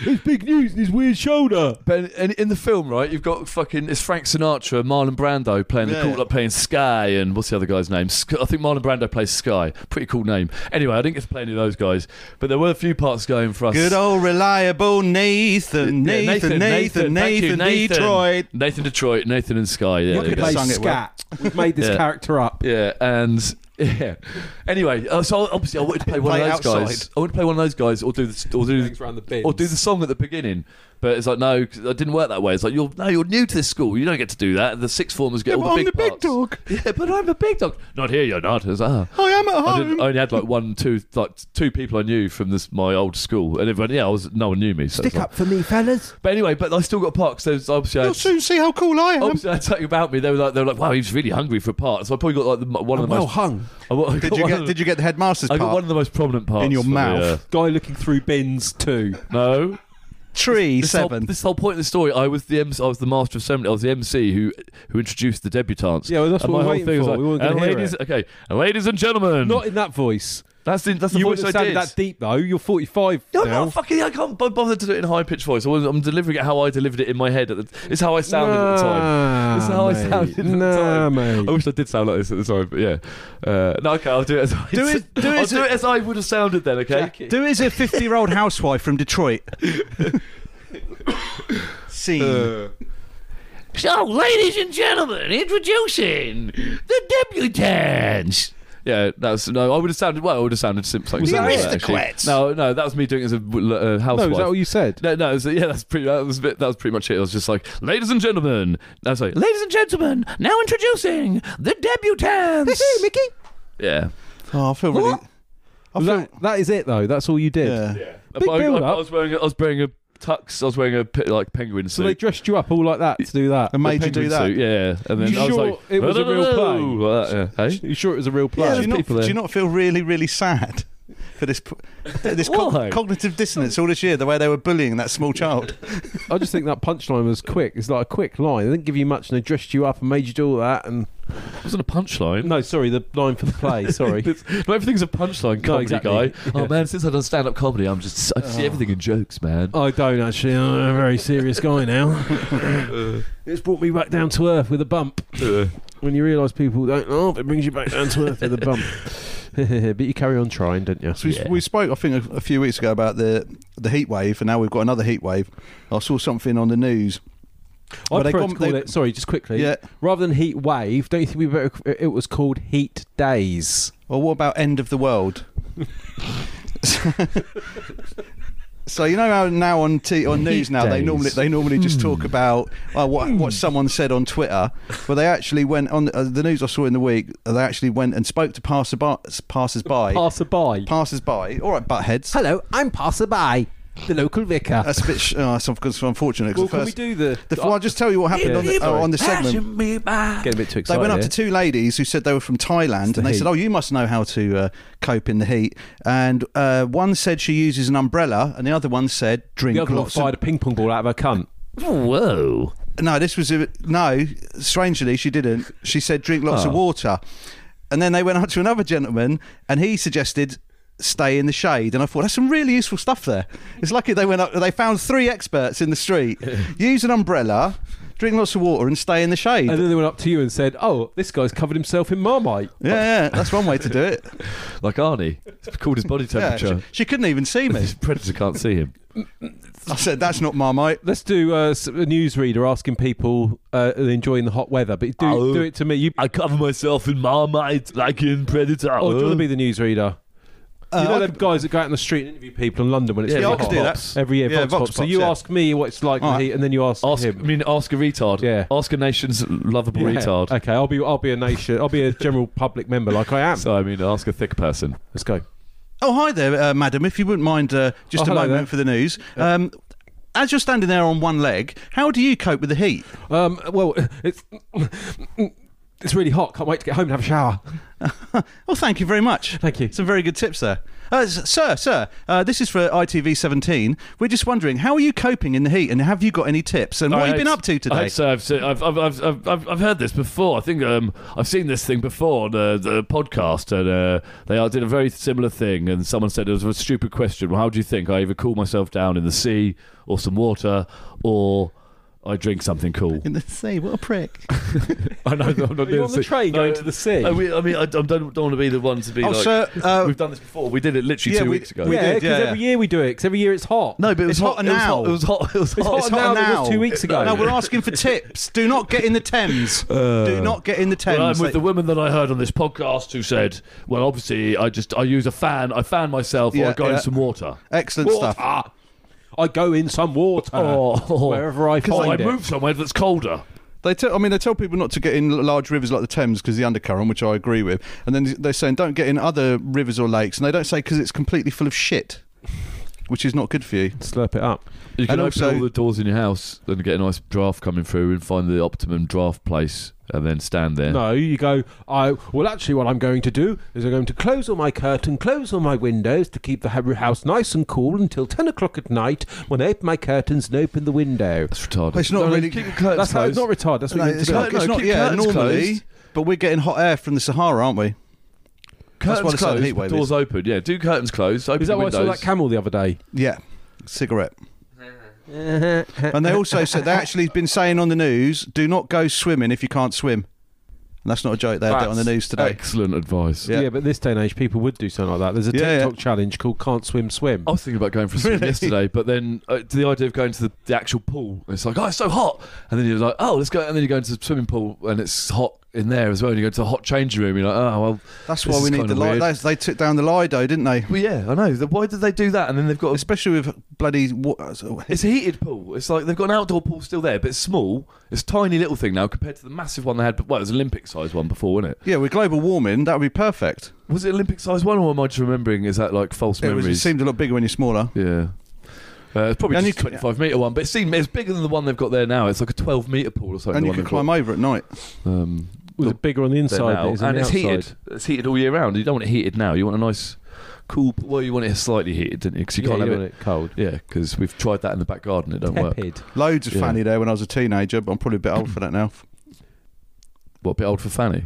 it's big news. His weird shoulder. But in, in the film, right, you've got fucking it's Frank Sinatra, Marlon Brando playing the Yeah. cool, like playing Sky, and what's the other guy's name? Sc- I think Marlon Brando plays Sky. Pretty cool name. Anyway, I didn't get to play any of those guys, but there were a few parts going for us. Good old reliable Nathan, Yeah, Nathan, Nathan, Nathan, Thank you, Nathan, Detroit. Nathan Detroit, Nathan and Sky. Yeah, You there could you have play go. sung it well. scat. We've made this Yeah. character up. Yeah, and yeah. Anyway, uh, so obviously I wanted to play one Play of those guys. outside. I wanted to play one of those guys, or do the, or do Things around the bins. or do the song at the beginning. But it's like no, 'cause it didn't work that way. It's like you're no, you're new to this school. You don't get to do that. The sixth formers get Yeah, but all the I'm big the big parts. dog. Yeah, but I'm a big dog. Not here, you're not. It's, ah. I am at I, didn't, home. I only had like one, two, like two people I knew from this my old school, and everyone, yeah, I was no one knew me. So it's Stick like- up for me, fellas. But anyway, but I still got parks. There's obviously I You'll had- soon see how cool I am. obviously I had something about me. They were like they were like, wow, he's really hungry for a part. So I probably got like the, one of the Well most. hung. I got- I did got you one get? of the- Did you get the headmaster's I part? got one of the most prominent parts In your for the, mouth. uh, Guy looking through bins too. no, Tree this Whole, seven. this whole point of the story, I was the MC, I was the master of ceremony. I was the MC who who introduced the debutantes. Yeah, well, that's and my what we're whole waiting thing was for. like, We weren't gonna and hear ladies, it." okay, and ladies and gentlemen, Not in that voice. That's the, that's the you voice wouldn't I have sounded did. that deep though. You're 45 no, I'm now. not fucking. I can't b- bother to do it in a high pitched voice. I was- I'm delivering it how I delivered it in my head. At the, it's how I sounded at the time. Nah, That's how I mate. sounded at the nah, time. mate. I wish I did sound like this at the time, but yeah. Uh, no, okay, I'll do it as I Do it- do it I'll as do a- it as I would have sounded then. Okay. Do as a 50 year old housewife from Detroit. Scene. Uh, So, ladies and gentlemen, introducing the debutants. Yeah, that's no. I would have sounded well. I would have sounded sim- something Was that similar. it? actually. Aristocrats. No, no, that was me doing it as a w- uh, No, housewife. is that what you said? No, no, so, yeah, that's pretty. That was a bit, that was pretty much it. I was just like, ladies and gentlemen. No, sorry, ladies and gentlemen. Now introducing the debutants. Mickey. yeah, Oh, I feel really. I feel, That, that is it though. That's all you did. yeah. Big But I, I- build I up. was wearing. a- I was wearing a tux. I was wearing a pe- like penguin So they suit. dressed you up all like that to do that. And made you do penguin that. suit, yeah. And then You I was sure like, it was a real play? Like that, yeah. Hey? You sure it was a real play? Yeah, do, there's you not, people do there. you not feel really, really sad for this p- this co- Why? cognitive dissonance all this year? The way they were bullying that small child. I just think that punchline was quick. It's like a quick line. They didn't give you much, and they dressed you up and made you do all that. And wasn't a punchline. no, sorry, the line for the play. Sorry. Not everything's a punchline comedy exactly. guy. Yeah. Oh man, since I've done stand up comedy, I'm just I see everything in jokes, man. I don't actually. I'm a very serious guy now. it's brought me back down to earth with a bump. When you realise people don't laugh, it brings you back down to earth with a bump. but you carry on trying, don't you? So we, we spoke, I think, a, a few weeks ago about the the heat wave, and now we've got another heat wave. I saw something on the news. I Well, they prefer to com- call they- it. Sorry, just quickly. Yeah. Rather than heat wave, don't you think we better? It was called heat days. Well, what about end of the world? so you know how now on t- on news Heat now they days. Hmm. normally they normally just talk about uh, what what someone said on Twitter, but they actually went on uh, the news I saw in the week. uh, They actually went and spoke to passerby, passersby, Passerby. passersby. All right, butt heads. Hello, I'm passerby, the local vicar. That's a bit sh- oh, it's unf- it's unfortunate. 'cause well, the can we first- do the? the, well, I'll just tell you what happened on the, oh, on the segment. Get a bit too They excited. went up to here. two ladies who said they were from Thailand, the and they said, heat. "Oh, you must know how to uh, cope in the heat." And uh, one said she uses an umbrella, and the other one said, "Drink the other one lots." fired a Of... ping pong ball out of her cunt. Whoa. No, this was a... no. Strangely, she didn't. She said, "Drink lots of Oh. water," and then they went up to another gentleman, and he suggested. Stay in the shade, and I thought that's some really useful stuff there. It's lucky they went up. They found three experts in the street. Use an umbrella, drink lots of water, and stay in the shade. And then they went up to you and said, "Oh, this guy's covered himself in marmite." yeah, yeah, that's one way to do it. Like Arnie. It's called his body Yeah, temperature. she, she couldn't even see me. His predator can't see him. I said, "That's not Marmite." Let's do uh, s- a newsreader asking people uh, are they enjoying the hot weather, but do, Oh. do it to me. You, I cover myself in marmite like in Predator. oh, do you want to be the newsreader? you know Um, uh, I them guys that go out on the street and interview people in London when it's Yeah, really I could hot. do that. every year. Yeah, Vox Vox Pop. So Pops, you yeah. ask me what it's like Alright. with heat, and then you ask, Ask, I him. mean, ask a retard. Yeah. Ask a nation's lovable Yeah. retard. Okay, I'll be I'll be a nation. I'll be a general public member like I am. So, I mean, ask a thick person. Let's go. Oh, hi there, uh, madam. If you wouldn't mind, uh, just a Oh, hello moment there. for the news. Um, as you're standing there on one leg, how do you cope with the heat? Um, well, it's it's really hot. Can't wait to get home and have a shower. Well, thank you very much. Thank you. Some very good tips there. Uh, s- sir, sir, uh, this is for ITV17. We're just wondering, how are you coping in the heat and have you got any tips? And what I have you hope- been up to I uh, today? hope so. I've, se- I've, I've, I've, I've, I've, I've heard this before. I think um, I've seen this thing before on uh, the podcast, and uh, they uh, did a very similar thing. And someone said it was a stupid question. Well, how do you think? I either cool myself down in the sea or some water, or I drink something cool. In the sea, what a prick. I know. I'm not Are you on the train going to the sea? I, mean, I, mean, I, I don't, don't want to be the one to be oh, like. sir, uh, We've done this before. We did it literally Yeah, two we- weeks ago. we yeah, did, because yeah, yeah. every year we do it. Because every year it's hot. no, but it was hot, now. It was hot. It was hot. hot now than it was two weeks ago. No, we're asking for tips. Do not get in the Thames. Do not get in the Thames. Well, I'm They- with the woman that I heard on this podcast who said, "Well, obviously, I just I use a fan. I fan myself, or Yeah, I go yeah. in some water, Excellent stuff. Ah, I go in some water or wherever I or find I it. move somewhere that's colder." They tell, I mean, they tell people not to get in l- large rivers like the Thames because the undercurrent, which I agree with, and then they're saying don't get in other rivers or lakes, and they don't say because it's completely full of shit, which is not good for you. Slurp it up. You can And open also- all the doors in your house and get a nice draft coming through, and find the optimum draft place, and then stand there. No, you go. I well, actually, what I'm going to do is I'm going to close all my curtain, close all my windows to keep the ha- house nice and cool until ten o'clock at night when I open my curtains and open the window. That's retarded. It's not No, really. keep your curtains That's how it's not retarded. That's what No, you need it's to do. not, No, it's no, not- keep yeah, curtains normally, closed. but we're getting hot air from the Sahara, aren't we? That's why curtains the solar closed, heat wave doors open. Yeah, do curtains closed. Open Is that the why I saw that windows. camel the other day? Yeah, cigarette. and they also said they actually been saying on the news, do not go swimming if you can't swim. And that's not a joke. They had that on the That's news today. Excellent advice. Yeah. Yeah. but this day and age, people would do something like that. There's a Yeah, yeah. TikTok challenge called "Can't Swim, Swim." I was thinking about going for a swim yesterday, but then uh, to the idea of going to the, the actual pool, and it's like, oh, it's so hot. And then you're like, oh, let's go. And then you go into the swimming pool, and it's hot in there as well. And you go to a hot changing room, you're like, oh, well. That's this why is we need kinda the Lido. weird. They, they took down the Lido, didn't they? Well, yeah, I know. The- Why did they do that? And then they've got a. Especially with bloody water. It's a heated pool. It's like they've got an outdoor pool still there, but it's small. It's a tiny little thing now compared to the massive one they had. Well, it was an Olympic sized one before, wasn't it? Yeah, with global warming, that would be perfect. Was it Olympic sized one, or am I just remembering? Is that like false It, was, memories? it seemed a lot bigger when you're smaller. Yeah. Uh, it's probably And just a you could- 25 metre one, but it seemed it's bigger than the one they've got there now. It's like a 12 metre pool or something. and the you one could they've climb over at night. got, um, Was it bigger on the there inside now. than And it is on the it's outside? heated. It's heated all year round. You don't want it heated now. You want a nice, cool. p- Well, you want it slightly heated, didn't you? Because you Yeah, can't you have want it. it cold. Yeah, because we've tried that in the back garden. It don't work. Tepid. Loads of Yeah. fanny there when I was a teenager, but I'm probably a bit old for that now. What, a bit old for Fanny?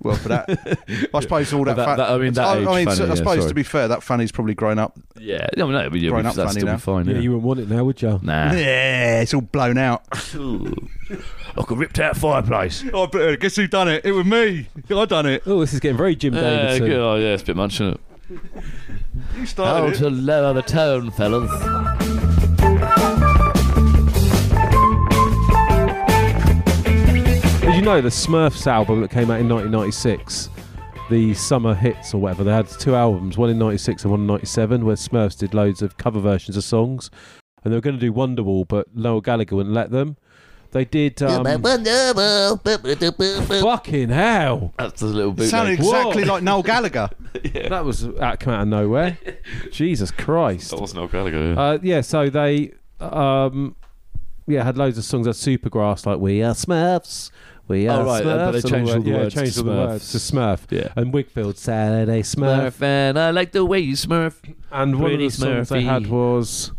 Well, for that, I suppose all that. That- fa- that- I mean, that age mean, fanny, so- I yeah, suppose sorry. to be fair, that fanny's probably grown up. Yeah. No, no, but yeah, Grown that's up Fanny still be now. fine. Yeah, Yeah. you wouldn't want it now, would you? Nah. Yeah, it's all blown out. like a ripped out fireplace. Oh, but guess who done it? It was me. I done it. Oh, this is getting very Jim Yeah, Davidson. good. Oh, yeah, it's a bit much, isn't it? You Oh, started it. lower the tone, fellas. Did you know the Smurfs album that came out in 1996, the Summer Hits or whatever, they had two albums, one in 96 and one in 97, where Smurfs did loads of cover versions of songs. And they were going to do Wonderwall, but Noel Gallagher wouldn't let them. They did. Um, fucking hell! That's a little It bit. sounded Whoa. exactly like Noel Gallagher. That was that came out of nowhere. Jesus Christ! That wasn't Gallagher. Yeah. Uh, yeah, so they, um, yeah, had loads of songs that Supergrass, like "We Are Smurfs." We Oh, are right, uh, Smurfs. but they and changed that. all the yeah, words to changed all the Smurfs. words to Smurf. yeah. and Wigfield Saturday Smurf. Smurf, and I like the way you smurf. And one of Pretty the songs they Smurfy. had was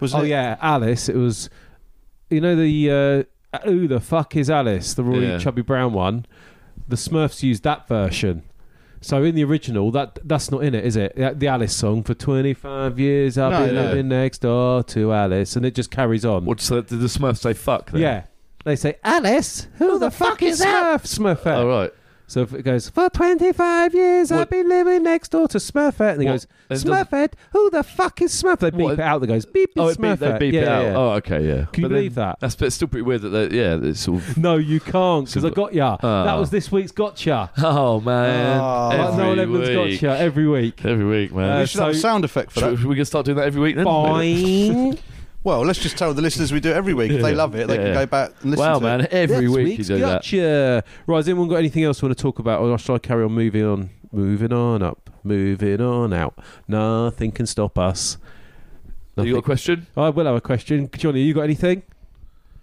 Was oh it? yeah, Alice. It was you know the uh, who the fuck is Alice, the really Yeah. chubby brown one. The Smurfs used that version. So in the original, that that's not in it, is it? The, the Alice song for twenty five years I've No, been no. living next door to Alice, and it just carries on. What so did the Smurfs say fuck then? yeah. They say, Alice, who, the, fuck, is that? Smurf, Smurfette. All Oh, right. So if it goes, for 25 years What- I've been living next door to Smurfette. And he What? goes, It doesn't- Smurfette? Who the fuck is Smurf? They beep What? it out. That goes, beep Oh, it's it beep, they Smurfette. beep yeah, it out. yeah, yeah. Oh, okay, yeah. Can you But then believe that? That's but it's still pretty weird that they, yeah, it's sort of. No, you can't, because I Simple. got ya. that Ah. was this week's gotcha. Oh man, Oh. Like every Noel Edmonds week, gotcha every week. every week, man. Uh, We should have a so- sound effect for Should that. we- we can start doing that every week then. Boing. Well, let's just tell the listeners we do it every week. If they Yeah. love it, they Yeah, can yeah. go back and listen Wow, to man, it. every Next week you week's do that. gotcha. Right, has anyone got anything else you want to talk about, or should I carry on moving on? Moving on up, moving on out. Nothing can stop us. You got a Nothing- question? I will have a question. Johnny, you got anything?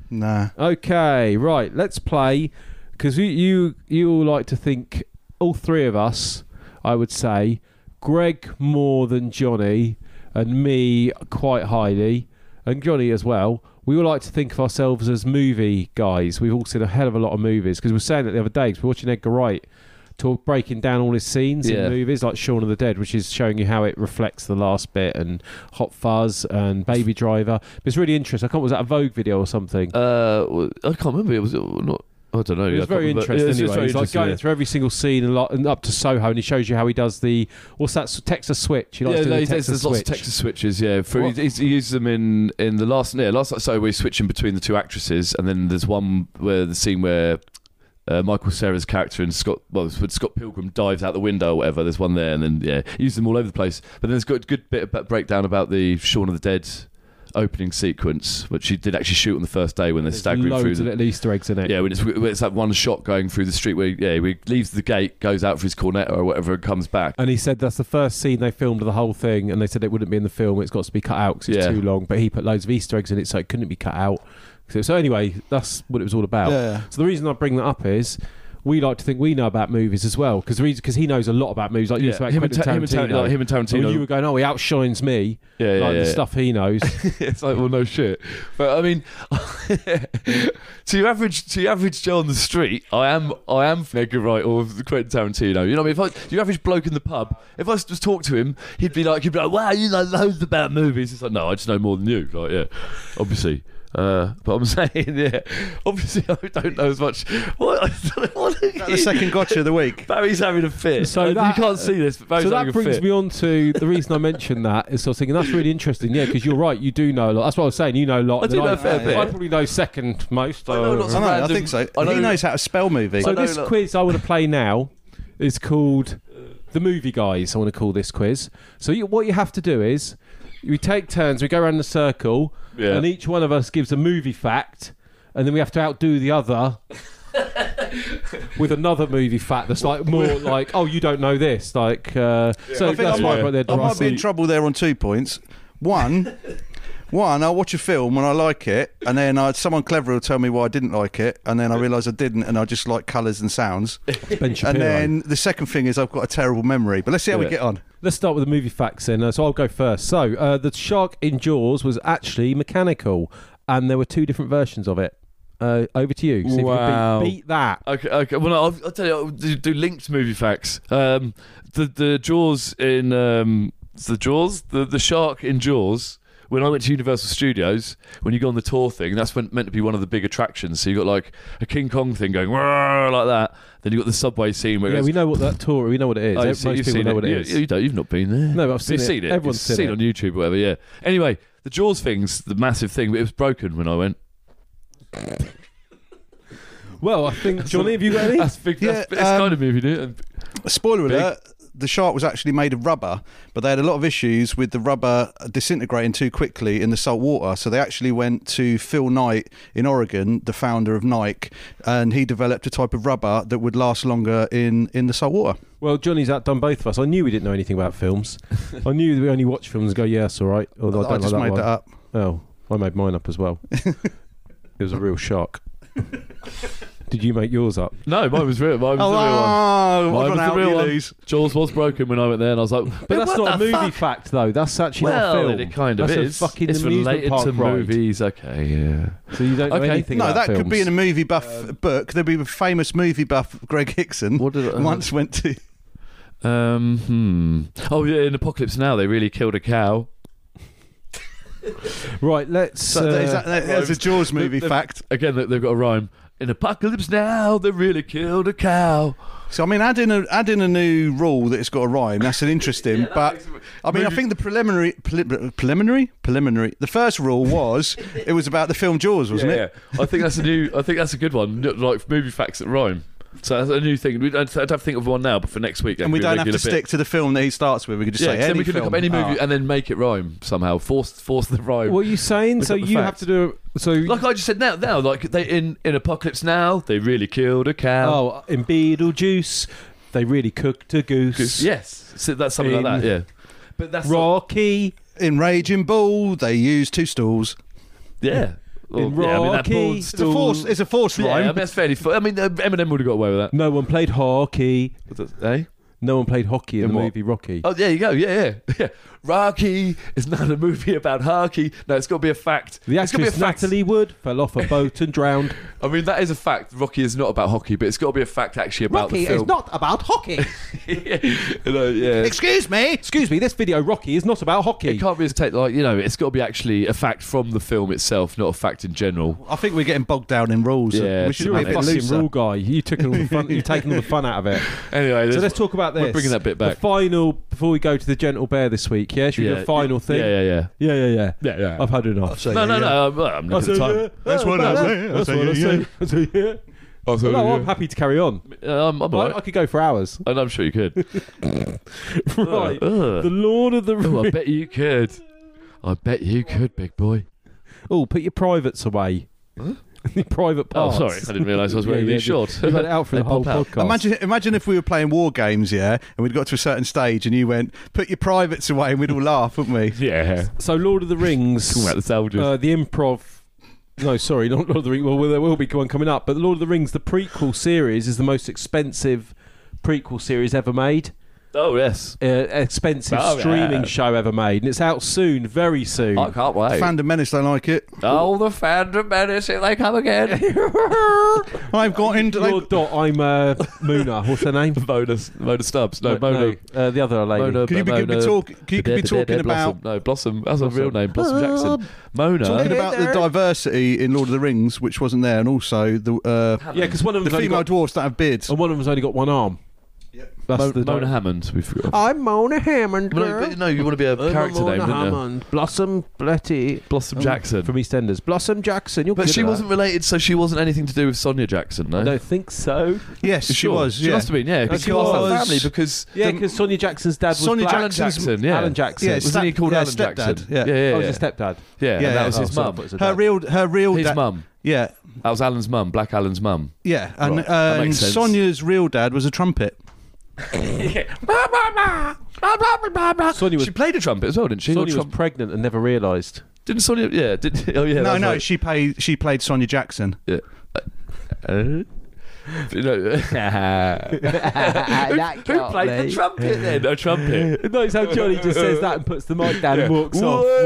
Nah. Okay, right. Let's play because you, you you all like to think all three of us. I would say Greg more than Johnny and me quite highly, and Johnny as well. We all like to think of ourselves as movie guys. We've all seen a hell of a lot of movies because we were saying that the other day 'cause we we're watching Edgar Wright talk breaking down all his scenes Yeah. in movies like Shaun of the Dead, which is showing you how it reflects the last bit and Hot Fuzz and Baby Driver. But it's really interesting. I can't was that a Vogue video or something? Uh, well, I can't remember. It was uh, not. I don't know. It I was can't very remember. interesting. Yeah, it's just anyway, very he's like interesting, going yeah. through every single scene and, like, and up to Soho, and he shows you how he does the what's that s- Texas switch? He likes yeah, doing no, the he Texas does- there's switch. lots of Texas switches. Yeah, for, he, What? he's- he uses them in in the last yeah last so we're switching between the two actresses, and then there's one where the scene where. Uh, Michael Sarah's character and Scott, well, it's when Scott Pilgrim dives out the window or whatever. There's one there, and then yeah, he uses them all over the place. But then there's got a good bit about breakdown about the Shaun of the Dead opening sequence, which he did actually shoot on the first day when they're There's staggering loads through. of the- little Easter eggs in it. yeah, when it's, when it's that one shot going through the street where yeah, he leaves the gate, goes out for his cornet or whatever, and comes back. And he said that's the first scene they filmed of the whole thing, and they said it wouldn't be in the film. It's got to be cut out because it's Yeah. too long. But he put loads of Easter eggs in it, so it couldn't be cut out. So, so anyway, that's what it was all about. Yeah. So the reason I bring that up is we like to think we know about movies as well because because he knows a lot about movies. Like you Yeah, said about him and Quentin Ta- him and Tarantino. Tar- like him and And when Tarantino. you were going, oh, he outshines me. Yeah, yeah, like yeah. the stuff he knows. it's like, well, no shit. But I mean, to your average, to your average Joe on the street, I am, I am Edgar Wright or Quentin Tarantino. You know, what I mean, if I, your average bloke in the pub, if I just talk to him, he'd be like, he'd be like, wow, you know loads about movies. It's like, no, I just know more than you. Like, yeah, obviously. Uh, but I'm saying, yeah, obviously I don't know as much. What? what are Is that you- the second gotcha of the week. Barry's having a fit. So So that- Uh, you can't see this, but Barry's so having that a brings fit. me on to the reason I mentioned that is I was thinking that's really interesting. Yeah, because you're right. You do know a lot. That's what I was saying. You know a lot. I do that know a fair I, bit. I probably know second most. I know uh, lots I, of know, I random- think so. I know- he knows how to spell movie. So I know this that- quiz I want to play now is called the movie guys. I want to call this quiz. So you, what you have to do is we take turns. We go around the circle, Yeah. and each one of us gives a movie fact, and then we have to outdo the other. with another movie fact that's like more like oh you don't know this like uh, so I think that's I why I might- put there I might be in Dorothy. trouble there on two points. One, one, I'll watch a film and I like it, and then I, someone clever will tell me why I didn't like it, and then I realise I didn't, and I just like colours and sounds. Ben Shapiro. And then the second thing is I've got a terrible memory. But let's see how we Yeah. get on. Let's start with the movie facts then. Uh, so I'll go first. So uh, the shark in Jaws was actually mechanical, and there were two different versions of it. Uh, over to you. See if you can Wow. Oh, beat, beat that. Okay, okay. Well, no, I'll, I'll tell you, I'll do, do linked movie facts. Um, the the Jaws in um, it's the Jaws, the the shark in Jaws. When I went to Universal Studios, when you go on the tour thing, that's when, meant to be one of the big attractions. So you got like a King Kong thing going "Wah," like that. Then you got the subway scene where it Yeah, goes, we know what that tour. We know what it is. Oh, Ev- you've seen- Most you've people seen know what You- it is. You, don't. You've not been there. No, but I've seen You've it. seen it. Everyone's You've seen seen it. on YouTube, or whatever. Yeah. Anyway, the Jaws thing's the massive thing, but it was broken when I went. Well, I think Johnny, have you got any? That's big. Yeah, that's, it's um, kind of movie, dude. And- Spoiler Big. alert. The shark was actually made of rubber, but they had a lot of issues with the rubber disintegrating too quickly in the salt water. So they actually went to Phil Knight in Oregon, the founder of Nike, and he developed a type of rubber that would last longer in, in the salt water. well, Johnny's outdone both of us. I knew we didn't know anything about films. I knew that we only watch films and go, yes, all right. Although I, I don't just like made that that one. up. Oh, I made mine up as well. it was a real shark. Did you make yours up? no, mine was real. Mine Oh, was the real one. Oh, Mine I've was run the out, real you one. lose. Jaws was broken when I went there, and I was like, But that's what not a the movie fuck? fact, though. That's actually not a Well, film. it kind of that's is. A fucking it's amusement related park to ride. movies. Okay, yeah. So you don't Okay. know anything No, about that films. could be in a movie buff book. There'd be a famous movie buff, Greg Hickson, Um, What uh, did I- once went to. Um. Hmm. Oh yeah. In Apocalypse Now, they really killed a cow. Right, let's. So uh, is that, that's a Jaws movie the- fact. Again, they- they've got a rhyme. In Apocalypse Now, they really killed a cow. So I mean, adding a adding a new rule that it's got a rhyme. That's an interesting. but I mean, I think the preliminary preli- preliminary preliminary. The first rule was it was about the film Jaws, wasn't it? I think that's a new. I think that's a good one. Like movie facts that rhyme. So that's a new thing. We don't, I'd have to think of one now, but for next week, that And we could be a don't have to regular bit. stick to the film that he starts with. We could just Yeah, say 'cause any then we could film. look up any movie Ah. and then make it rhyme somehow. Force, force the rhyme. what are you saying? Look So up the you have facts. to do. So Like I just said now, now like they in in Apocalypse Now, they really killed a cow. oh, in Beetlejuice, they really cooked a goose. yes, so that's something like that. Yeah, but that's not- Rocky. In Raging Bull, they use two stools. yeah. Well, In yeah, I mean, that Rocky. ball It's It's a still- force. It's a force Yeah, I rhyme. mean, that's fairly. Fu- I mean, uh, Eminem would have got away with that. No one played hockey. Eh? No one played hockey in, In the what? movie Rocky. Oh, there you go. Yeah, yeah, yeah. Rocky is not a movie about hockey. No, it's got to be a fact. the it's got to be a actress fact. Natalie Wood fell off a boat and drowned. I mean, that is a fact. Rocky is not about hockey, but it's got to be a fact actually about Rocky the film. is not about hockey. You know, yeah. Excuse me. Excuse me, this video Rocky is not about hockey. It can't be as take like you know. It's got to be actually a fact from the film itself, not a fact in general. I think we're getting bogged down in rules. Yeah, we should you're be You're a a bit fucking looser. rule guy. You took all the fun. You've taken all the fun out of it. Anyway, So there's- let's talk about this. we're bringing that bit back. The final before we go to the gentle bear this week. Yeah, should we do a final thing? Yeah, yeah, yeah. yeah, yeah, yeah. Yeah, yeah. I've had enough. no, no, no. I'm, I'm I not say, at the yeah. time. That's what I say. I That's say, what I yeah, say. I say, yeah. No, I'm happy to carry on. Uh, I'm, I'm all I, I right. could go for hours. And I'm sure you could. Oh. right. The Ugh. Lord of the Oh, I Rings. bet you could. I bet you could, big boy. Oh, put your privates away. Your private Oh, parts. sorry. I didn't realise I was Yeah, wearing yeah, these yeah. shorts. You've had it out for They the whole pop out. podcast. Imagine, imagine if we were playing war games, yeah, and we'd got to a certain stage, and you went, "Put your privates away," and we'd all laugh, wouldn't we? Yeah. So, Lord of Uh, the Rings. Talking about the soldiers. uh, the improv No, sorry, not Lord of the Rings. Well, there will be one coming up, but Lord of the Rings, the prequel series, is the most expensive prequel series ever made. Oh yes, Uh, expensive Oh, yeah. streaming show ever made, and it's out soon, very soon. I can't wait. Fandom Menace don't like it. oh, the fandom menace! Here they come again. I've got into. Your They've, dot, I'm uh, Muna. What's her name? Mona, Mona Stubbs. No, No, Mona. no, uh, the other lady. Mona. could you be, could be, Mona- talk, could you could be talking about Blossom. no Blossom. That's a real name, Blossom Jackson. Mona. talking about the diversity in Lord of the Rings, which wasn't there, and also the uh, Yeah, because one of the them's only female got, dwarfs that have beards. Oh, and one of them's only got one arm. That's Mo- the Mona Hammond. We forgot. I'm Mona Hammond, Well, no, girl. but no, you want to be a I'm character name, Mona don't you? Hammond. Blossom Bloody. Blossom Oh. Jackson. from EastEnders. Blossom Jackson. You're but good she at that. wasn't related, so she wasn't anything to do with Sonia Jackson, no? I don't think so. Yes, she Sure. was. She yeah. must have been, yeah. Because she Because- lost that family because. Yeah, because Sonia Jackson's dad was Sonia Black. Alan Jackson's- Jackson, yeah. Alan Jackson. Yeah, Yeah, it's Wasn't he step- called yeah, Alan stepdad, Jackson? yeah. yeah, yeah. Oh, yeah. it's a stepdad. Yeah, and Yeah, that yeah. was his Oh, mum. so- Her real, her real His dad. mum. Yeah, That was Alan's mum, Black Alan's mum. yeah, and, Right, uh, that and makes sense. Sonia's real dad was a trumpet. Sonia was, She played a trumpet as well, didn't she? Or Sonia was trump- pregnant and never realised. didn't Sonia? Yeah. Did, oh, yeah. no, that's no, right. she played she played Sonia Jackson. Uh, you know- That who can't played be. the trumpet then? No trumpet. Notice how Johnny just says that and puts the mic down and walks off. Whoa,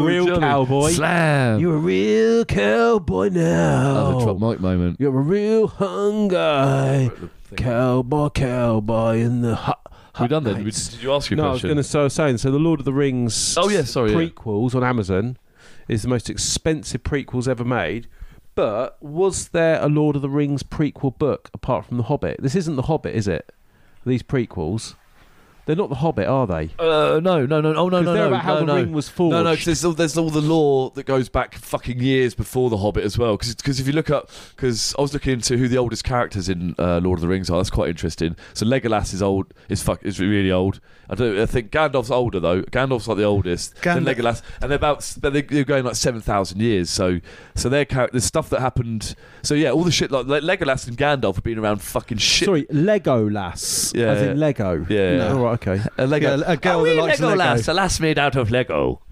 Whoa, real Johnny. cowboy. Slam. You're a real cowboy now. Another drop mic moment. You're a real hung guy. Cowboy, cowboy in the hot. We're hot done then. We- nights. Did you ask your no, I was question? going to so I was saying. So the Lord of the Rings. Oh, yeah, sorry, yeah. Prequels on Amazon is the most expensive prequels ever made. But was there a Lord of the Rings prequel book apart from The Hobbit? This isn't The Hobbit, is it? These prequels, they're not The Hobbit, are they? Uh, no, no, no. Oh, no, 'Cause no, they're no. about how no, the no. ring was forged. No, no, 'cause there's all, there's all the law that goes back fucking years before The Hobbit as well. Because if you look up, because I was looking into who the oldest characters in uh, Lord of the Rings are. That's quite interesting. So Legolas is old, is fuck, is really old. I don't, I think Gandalf's older though. Gandalf's like the oldest. Then Gandalf- Legolas, and they're about, but they're, they're going like seven thousand years. So, so their character, the stuff that happened. So yeah, all the shit like Le- Legolas and Gandalf have been around fucking shit. Sorry, Legolas. Yeah, as in yeah. Lego. Yeah. All right. Okay. Uh, Lego. Yeah, a girl that Are we likes Legolas, Lego. a lass made out of Lego.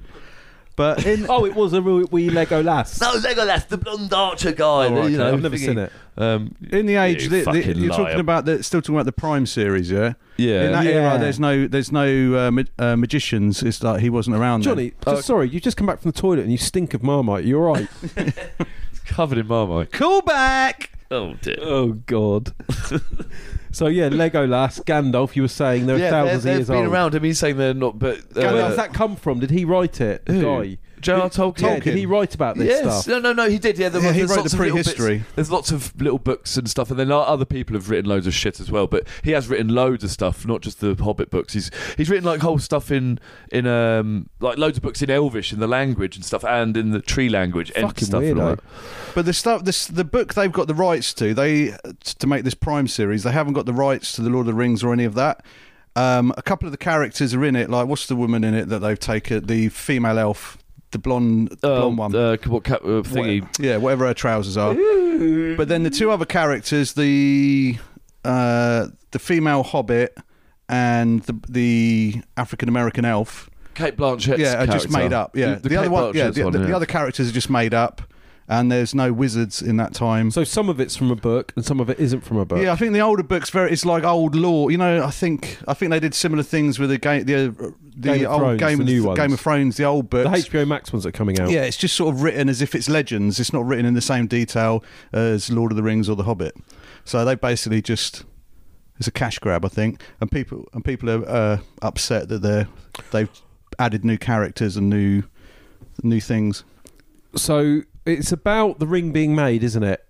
But in oh, it was a real wee Legolas. No, Legolas, the blonde archer guy. Oh, you know, I've never seen it. Um, in the age you that that- fucking you're liar. talking about, the, still talking about the Prime series, yeah. yeah. In that Yeah. era, there's no there's no uh, ma- uh, magicians. It's like he wasn't around. then. Johnny, Oh, just sorry, you just come back from the toilet and you stink of Marmite. You're right. covered in marmite. call back. Oh dear. oh God. so yeah, Legolas, Gandalf. You were saying they're yeah, thousands they're, they've of years been old. around. I mean, saying they're not, but Gandalf, uh, Where's that come from? Did he write it? The Who? guy. J.R. Tolkien. Yeah, did he write about this yes. stuff? No, no, no. He did. Yeah, there Yeah, was, he there's wrote lots the of little bits- prehistory. there's lots of little books and stuff, and then other people have written loads of shit as well. But he has written loads of stuff, not just the Hobbit books. He's he's written like whole stuff in in um like loads of books in Elvish in the language and stuff, and in the tree language and Fucking stuff. and all weirdo. that. But the stuff, this the book they've got the rights to. They to make this Prime series, they haven't got the rights to the Lord of the Rings or any of that. Um, a couple of the characters are in it. Like, what's the woman in it that they've taken? The female elf, the blonde, the blonde Um, one. uh, what cap, uh, thingy? Whatever- yeah, whatever her trousers are. But then the two other characters, the uh, the female hobbit and the the African American elf. Kate Blanchett's yeah, are just character. made up. Yeah, You- the, Kate other one, yeah, Blanchett's the, the- yeah. the other characters are just made up, and there's no wizards in that time. So some of it's from a book and some of it isn't from a book. Yeah, I think the older books very it's like old law. You know, I think I think they did similar things with the game, the uh, the Game of old Thrones, game, the of new Th- ones. game of Thrones, the old the books. HBO Max ones that are coming out. yeah, it's just sort of written as if it's legends. It's not written in the same detail as Lord of the Rings or The Hobbit. So they basically just it's a cash grab, I think, and people and people are uh, upset that they're they've added new characters and new new things. So it's about the ring being made, isn't it?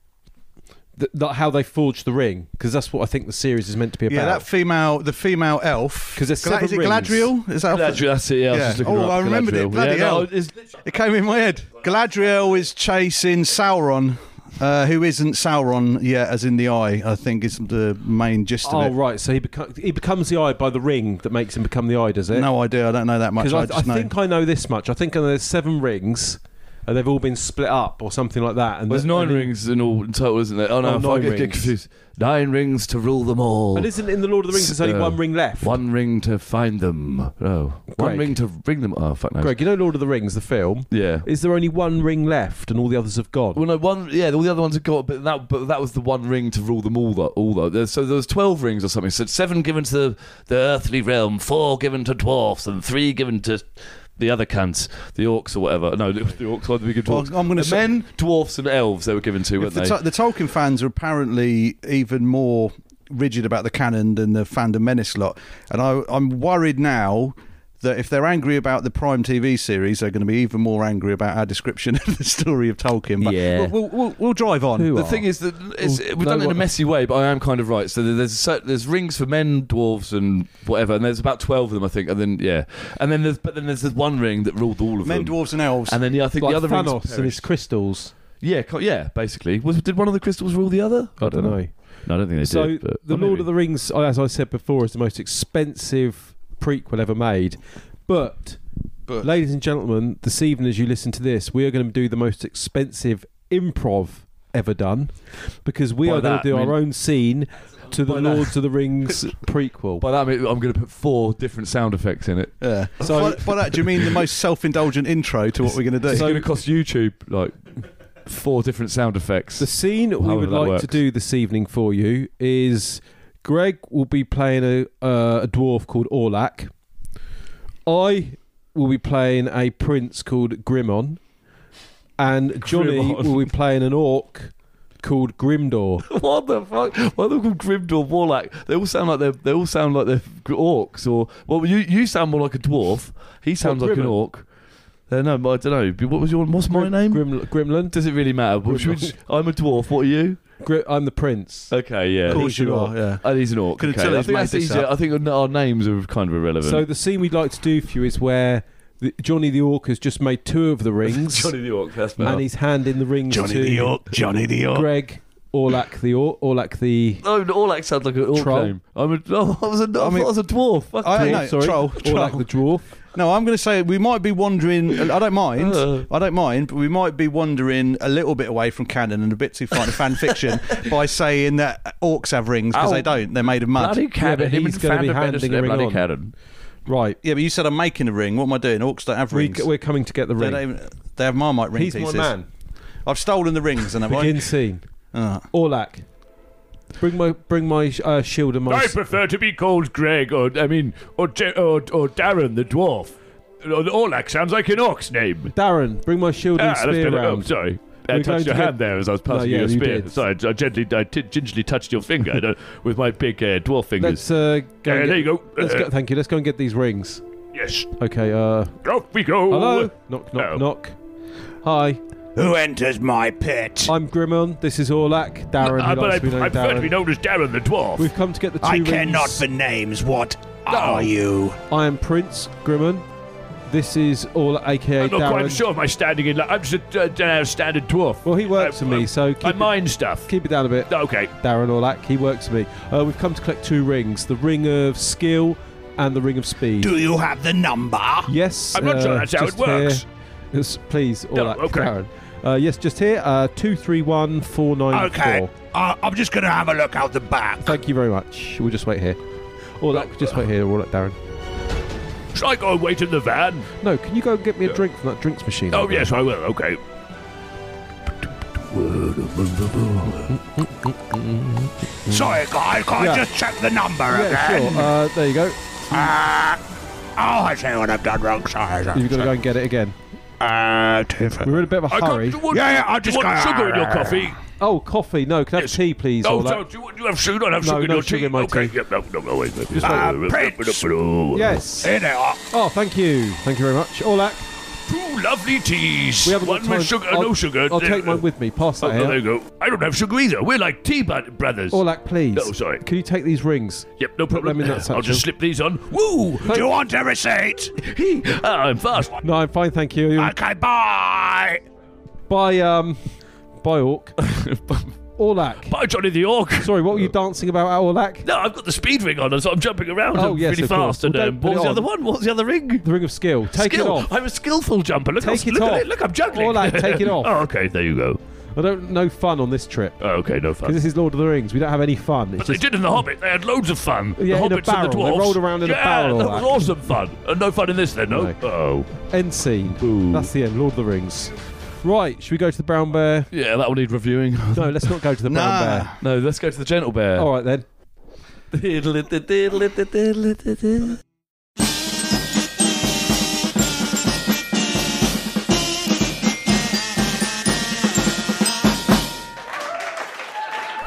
Th- th- how they forged the ring, because that's what I think the series is meant to be Yeah, about. that female, the female elf. 'Cause there's Gla- seven is it rings. Galadriel? Is that Galadriel, that's it, yeah. I was Yeah. just looking Oh, her up, I remembered it, Galadriel. bloody yeah, hell. No, it's, It came in my head. Galadriel is chasing Sauron, uh, who isn't Sauron yet, as in the eye. I think is the main gist oh of it. right, so he beco- he becomes the eye by the ring that makes him become the eye, does it? No idea. I don't know that much. because I, I, I just know. think I know this much. I think I know there's seven rings, Uh, they've all been split up or something like that. And Well, there's the- nine and it- rings in all in total, isn't there? Oh no, Oh, if I nine get, get rings. confused. Nine rings to rule them all. And isn't in the Lord of the Rings? There's only Uh, one ring left. One ring to find them. Oh, one Greg. ring to bring them. Oh, fuck no. Greg, you know Lord of the Rings, the film. Yeah. Is there only one ring left, and all the others have gone? Well, no, one. Yeah, all the other ones have got, but that, but that was the one ring to rule them all. Though, all though. There- So there was twelve rings or something. So seven given to the, the earthly realm, four given to dwarfs, and three given to the other cunts, the orcs or whatever. No, it was the orcs. Why did we give Well, dwarfs? I'm gonna the say- men, dwarfs, and elves. They were given to, If weren't the, they? Tol- the Tolkien fans are apparently even more rigid about the canon than the fandom menace lot, and I, I'm worried now that if they're angry about the Prime TV series, they're going to be even more angry about our description of the story of Tolkien. But Yeah. we'll, we'll, we'll, we'll drive on. Who the are? thing is that it's, Well, we've done it in no a one- messy way, but I am kind of right. So there- there's cer- there's rings for men, dwarves, and whatever, and there's about twelve of them, I think. And then yeah, and then there's but then there's this one ring that ruled all of Men, them. dwarves, and elves. and then yeah, I think like the other Thanos rings. and his crystals. Yeah, co- yeah, basically. Was did one of the crystals rule the other? I don't know. No, I don't think they So did. but- the or Lord maybe. of the Rings, oh, as I said before, is the most expensive prequel ever made. But, But- ladies and gentlemen, this evening as you listen to this, we are going to do the most expensive improv ever done because we By are going that, to do I our mean- own scene to the By that- Lords of the Rings prequel. By that I mean, I'm going to put four different sound effects in it. yeah. So- by, by that, do you mean the most self-indulgent intro to what we're going to do? it's going to cost YouTube like four different sound effects. The scene we However would that like works. to do this evening for you is Greg will be playing a, uh, a dwarf called Orlac. I will be playing a prince called Grimon. And Johnny Grimon. will be playing an orc called Grimdor. what the fuck? Why are they called Grimdor Warlock? They all sound like they're they all sound like they're orcs or well you you sound more like a dwarf. He sounds like an Grimmin? orc. Uh, no, but I don't know. What was your what's my name? Grim, Grimland. Does it really matter? Well, should we just- I'm a dwarf. What are you? Gri- I'm the prince. Okay, yeah. of course you are. Yeah. And he's an orc. Couldn't okay. tell I he's think made that's this easier. up. I think our- our names are kind of irrelevant. So the scene we'd like to do for you is where the, Johnny the orc has just made two of the rings, Johnny the orc. That's better. and he's handing the rings Johnny to the Orc, Johnny the Orc. Greg Orlac the orc, Orlac the No, Orlac sounds like an orc Troll. name. I'm a, oh, I was a, I thought I mean- was a dwarf. Fuck I dwarf. know. sorry, Troll, Orlac troll. the dwarf. No, I'm going to say we might be wandering. I don't mind. Uh. I don't mind, but we might be wandering a little bit away from canon and a bit too far into fan fiction by saying that orcs have rings because Ow. they don't. They're made of mud. Bloody Yeah, cannon. but he's gonna be handing a ring bloody on. cannon. Right, Yeah, but you said I'm making a ring. What am I doing? Orcs don't have we, rings. we're coming to get the they, ring. don't even- they have Marmite ring He's my pieces. man. I've stolen the rings and have I? Begin scene. Ah. Orlac, bring my bring my uh, shield and my. I s- prefer to be called Greg, or I mean, or Je- or, or Darren the dwarf. Or- Orlac sounds like an ox name. Darren, bring my shield Ah, and that's spear been, oh, round. sorry. I We're going touched your to hand get- there as I was No, passing yeah, you a you spear. did. Sorry, I gently, I t- gingerly touched your finger I don't- with my big uh, dwarf fingers. Let's uh, go. Uh, and there you get- go. Let's Uh, go. Thank you. Let's go and get these rings. Yes. Okay. Uh, Off we go. hello. Knock knock Oh. knock. Hi, Who enters my pit? I'm Grimon. This is Orlac. Darren. Uh, who but I, likes to be I named prefer to be Darren. known as Darren the dwarf. We've come to get the two I rings. cannot for names. What are you? I am Prince Grimon. This is Orlac, aka I'm not Darren. quite sure of my standing in. Li- I'm just a uh, standard dwarf. Well, he works I- for me, so I keep it, mine stuff. keep it down a bit. Okay. Darren Orlack. He works for me. Uh, we've come to collect two rings: the ring of skill and the ring of speed. Do you have the number? yes, I'm not sure uh, that's how it just works. here. Yes, please, Orlack, okay. Darren. Uh, yes, just here. Uh, two three one four Mm, nine four. Okay. Uh, I'm just going to have a look out the back. Thank you very much. We'll just wait here. Orlack, just wait here, Orlac, Darren. Shall I go and wait in the van? No, can you go and get me a drink from that drinks machine? Oh over yes, I will. Okay. Sorry, guys. Can Yeah. I just check the number there? Yeah, again? sure. Uh, there you go. Ah. Uh, oh, I see what I've done wrong. Sorry. sorry, You've got to go sorry. and get it again. Ah, Uh, Tiffin. We're in a bit of a I hurry. can't. What, Yeah, yeah, I'll do just you want go- sugar in your coffee? Oh, coffee. No, can I have Yes. tea, please? No, Orlac? no, do you, do you have sugar? Don't have No, sugar in no your sugar tea. in my okay. tea. Yep, no, no, no, wait. wait, wait. Uh, wait, wait, Prince. wait, wait, wait. Yes. Here they are. Oh, thank you. Thank you very much. Orlac, Two lovely teas. we haven't One got time. with sugar, I'll, no sugar. I'll take mine with me. Pass Oh, that there out. you go. I don't have sugar either. We're like tea bud brothers. Orlac, please. No, sorry. Can you take these rings? Yep, no Put problem. them in that I'll satchel. just slip these on. Woo! Do you want a receipt? Hee! Ah, I'm fast. No, I'm fine, thank you. Okay, bye. Bye, um, bye, Orc. Orlac. By Johnny the Orc. Sorry, what were Uh, you dancing about at Orlac? No, I've got the speed ring on, so I'm jumping around Oh, um, yes, really of course. fast. And Well, um, don't put what was it the other on. one? What was the other ring? The Ring of Skill. Take skill. it off. I'm a skillful jumper. Look, Take I'll- it look off. at it. Look, I'm juggling. Orlac, take it off. oh, okay, there you go. I don't no fun on this trip. Oh, okay, no fun. Because this is Lord of the Rings. We don't have any fun. It's But they just did in The Hobbit. They had loads of fun. Yeah, in a the Hobbits and the barrel. They Dwarfs. rolled around in a yeah, barrel, that all was that. awesome fun. Uh, And no fun in this then, no? No. Oh. end scene. That's the end. Lord of the Rings. Right, should we go to the brown bear? Yeah, that will need reviewing. No, let's not go to the brown Nah. bear. No, let's go to the gentle bear. Oh. All right then.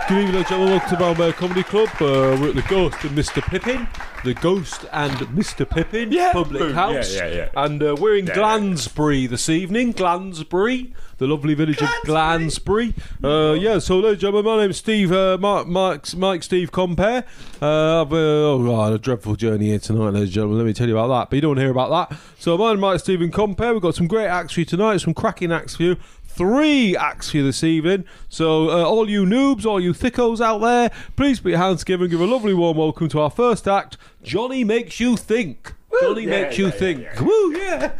Good evening, ladies and gentlemen. Welcome to Brown Bear Comedy Club. Uh, we're at the Ghost and Mr. Pippin. The Ghost and Mr. Pippin Public Boom. House. Yeah, yeah, yeah. And uh, we're in Yeah, yeah. Glansbury this evening. Glansbury, the lovely village of Glansbury. Uh, yeah, so hello, gentlemen. My name's Steve, uh, Mark, Mike's, Mike Steve Compare. Uh, I've, uh, oh, God, a dreadful journey here tonight, ladies and gentlemen. Let me tell you about that. But you don't want to hear about that. So mine, Mike Stephen Compare. We've got some great acts for you tonight, some cracking acts for you three acts for you this evening. So, uh, all you noobs, all you thickos out there, please put your hands together and give a lovely warm welcome to our first act. Johnny makes you think. Johnny makes you think. Woo, yeah.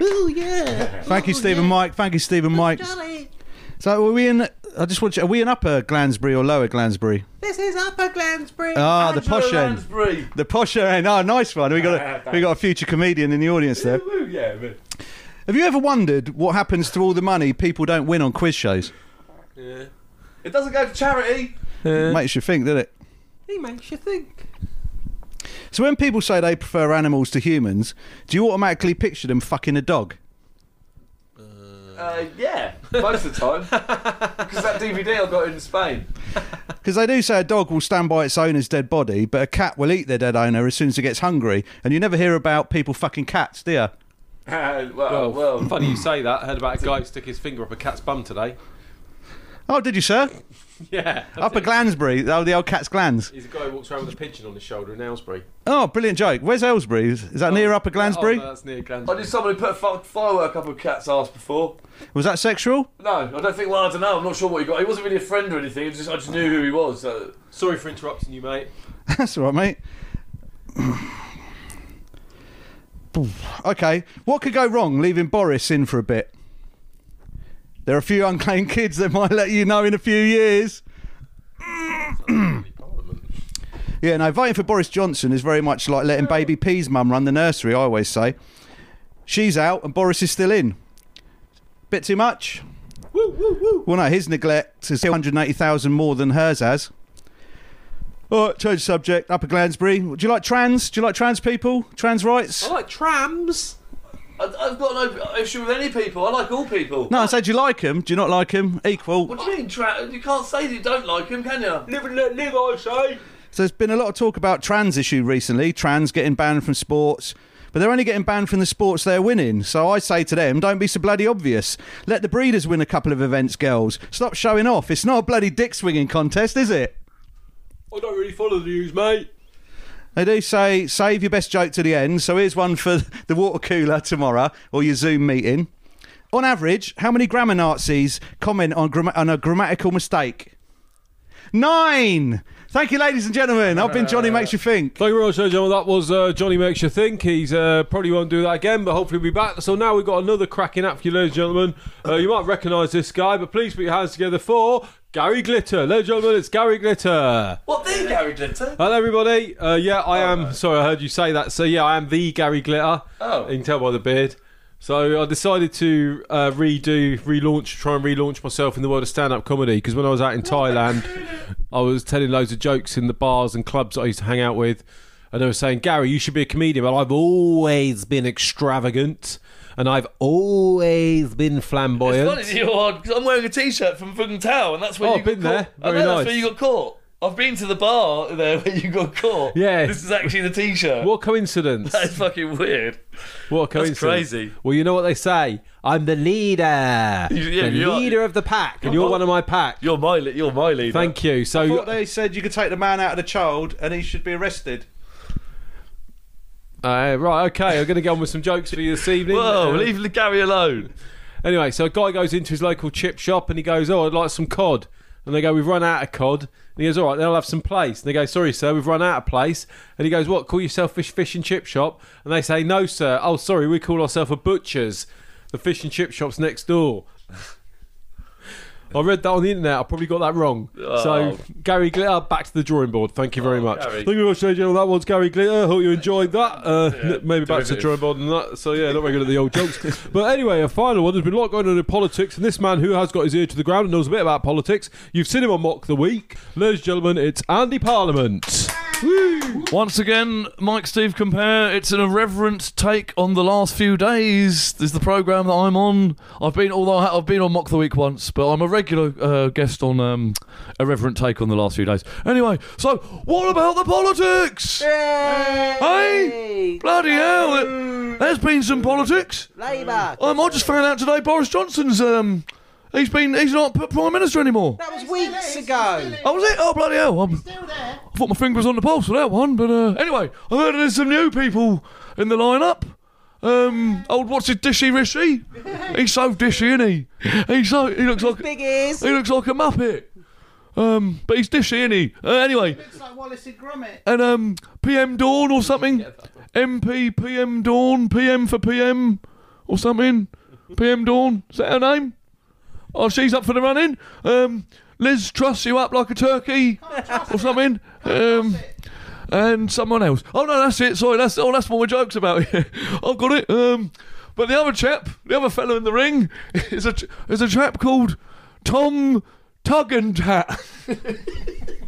Oh, yeah. Thank you, Oh, Stephen Mike. Thank you, Stephen Mike. Jolly. So, are we in? I just want you. Are we in Upper Glansbury or Lower Glansbury? This is Upper Glansbury. Ah, the posh end. The posh end. Ah, nice one. We got a, we got a future comedian in the audience there. Have you ever wondered what happens to all the money people don't win on quiz shows? It doesn't go to charity. Makes you think, doesn't it? he makes you think. So when people say they prefer animals to humans, do you automatically picture them fucking a dog? Uh, yeah, most of the time. Because that DVD I got in Spain. Because they do say a dog will stand by its owner's dead body, but a cat will eat their dead owner as soon as it gets hungry. And you never hear about people fucking cats, do you? well, Well, funny you say that. I heard about a guy who stuck his finger up a cat's bum today. Oh, did you, sir? Yeah. Upper Glansbury, oh, the old cat's glands. He's a guy who walks around with a pigeon on his shoulder in Aylesbury. Oh, brilliant joke. Where's Aylesbury? Is is that near Upper Glansbury? Oh, that's near I knew someone who put a fi- firework up a cat's ass before. Was that sexual? No, I don't think. Well, I don't know. I'm not sure what he got. He wasn't really a friend or anything. It was just, I just knew who he was. So. Sorry for interrupting you, mate. That's all right, mate. okay, what could go wrong leaving Boris in for a bit? There are a few unclaimed kids that might let you know in a few years. yeah, no, voting for Boris Johnson is very much like letting baby P's mum run the nursery, I always say. She's out and Boris is still in. Bit too much? Well, no, his neglect is 180,000 more than hers has. All right, Oh, change subject. Upper Glansbury. Do you like trans? Do you like trans people? Trans rights? I like trams. I, I've got no issue with any people. I like all people. No, I said, do you like them? Do you not like them? Equal. What do you mean, tra- you can't say that you don't like him, can you? Live and let live, I say. So there's been a lot of talk about trans issue recently. Trans getting banned from sports. But they're only getting banned from the sports they're winning. So I say to them, don't be so bloody obvious. Let the breeders win a couple of events, girls. Stop showing off. It's not a bloody dick swinging contest, is it? I don't really follow the news, mate. They do say save your best joke to the end. So here's one for the water cooler tomorrow or your Zoom meeting. On average, how many grammar Nazis comment on, gram- on a grammatical mistake? Nine. Thank you, ladies and gentlemen. I've been Johnny Makes You Think. Thank you very much, ladies and gentlemen. That was uh, Johnny Makes You Think. He's uh, probably won't do that again, but hopefully he'll be back. So now we've got another cracking app for you, ladies and gentlemen. Uh, you might recognise this guy, but please put your hands together for Gary Glitter. Ladies and gentlemen, it's Gary Glitter. What the Gary Glitter? Hello, everybody. Uh, yeah, I am. Sorry, I heard you say that. So, yeah, I am the Gary Glitter. Oh. You can tell by the beard. So, I decided to uh, redo, relaunch, try and relaunch myself in the world of stand up comedy because when I was out in Thailand, I was telling loads of jokes in the bars and clubs that I used to hang out with. And they were saying, Gary, you should be a comedian. Well, I've always been extravagant and I've always been It's flamboyant. funny that you are, 'cause I'm wearing a t-shirt from Fucking Tao, and that's where Oh, you got been there. caught. I Very know, nice. that's where you got caught. I've been to the bar there where you got caught. Yeah. This is actually the t-shirt. What a coincidence. That is fucking weird. What a That's coincidence. crazy. Well, you know what they say. I'm the leader. the you are- leader of the pack. And you're one of my pack. You're my, le- you're my leader. Thank you. So, they said you could take the man out of the child and he should be arrested. uh, right, okay, I'm going to get on with some jokes for you this evening. Whoa, Uh, leave Gary alone. Anyway, so a guy goes into his local chip shop and he goes, "Oh, I'd like some cod." and they go, "We've run out of cod." And he goes, "All right, then I'll have some place." And they go, "Sorry, sir, we've run out of place." And he goes, "What? Call yourself fish fish and chip shop?" And they say, "No, sir. Oh, sorry, we call ourselves a butcher's. The fish and chip shop's next door." I read that on the internet. I probably got that wrong. So, Gary Glitter, back to the drawing board. Thank you very much. Oh. Gary. Thank you very much, AJ. That one's Gary Glitter. Hope you enjoyed that. Uh, n- maybe back to the derivative. drawing board and that. So, yeah, not very good at the old jokes. but anyway, a final one. There's been a lot going on in politics, and this man who has got his ear to the ground and knows a bit about politics, you've seen him on Mock the Week. Ladies and gentlemen, it's Andy Parliament. Once again, Mike Steve Compare, it's an irreverent take on the last few days. This is the programme that I'm on. I've been although I- I've been on Mock the Week once, but I'm a regular uh, guest on um, Irreverent Take on the last few days. Anyway, so what about the politics? Hey! Bloody hell! there- There's been some politics. Labour. Um, I just found out today Boris Johnson's um he's been he's not p- Prime Minister anymore. That was weeks ago. Oh, was it? Oh, bloody hell. I'm, I thought my finger was on the pulse for that one, but uh, anyway, I heard there's some new people in the lineup. Um, old what's his dishy Rishi? He's so dishy, isn't he? He's so he looks like Big ears. he looks like a muppet. Um, but he's dishy, isn't he? Uh, anyway, looks like Wallace and Gromit. And um, PM Dawn or something. MP PM Dawn, PM for PM or something. PM Dawn, is that her name? Oh, she's up for the running. Um, Liz trusts you up like a turkey or something. Um, and someone else. Oh no, that's it. Sorry, that's oh that's what my jokes about. I've got it. Um, but the other chap, the other fellow in the ring, is a ch- is a chap called Tom Tuggentat.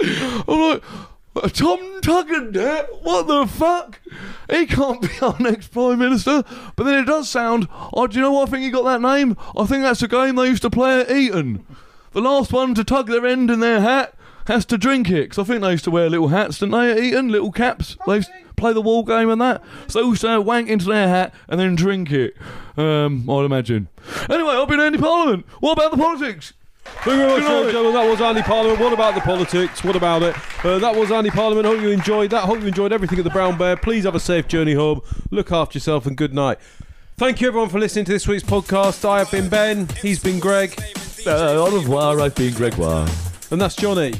I'm like, Tom Tuggendat? What the fuck? He can't be our next Prime Minister. But then it does sound, oh, do you know what I think he got that name? I think that's a game they used to play at Eton. The last one to tug their end in their hat has to drink it. Because I think they used to wear little hats, didn't they, at Eton? Little caps. They used to play the wall game and that. So they also wank into their hat and then drink it. Um, I'd imagine. Anyway, I've been Andy Parliament. What about the politics? Thank you very much, Good night. ladies and gentlemen. That was Andy Parliament. What about the politics? What about it? Uh, that was Andy Parliament. Hope you enjoyed that. Hope you enjoyed everything at the Brown Bear. Please have a safe journey home. Look after yourself and good night. Thank you, everyone, for listening to this week's podcast. I have been Ben. He's been Greg. Uh, au revoir, I've been Gregoire. And that's Johnny.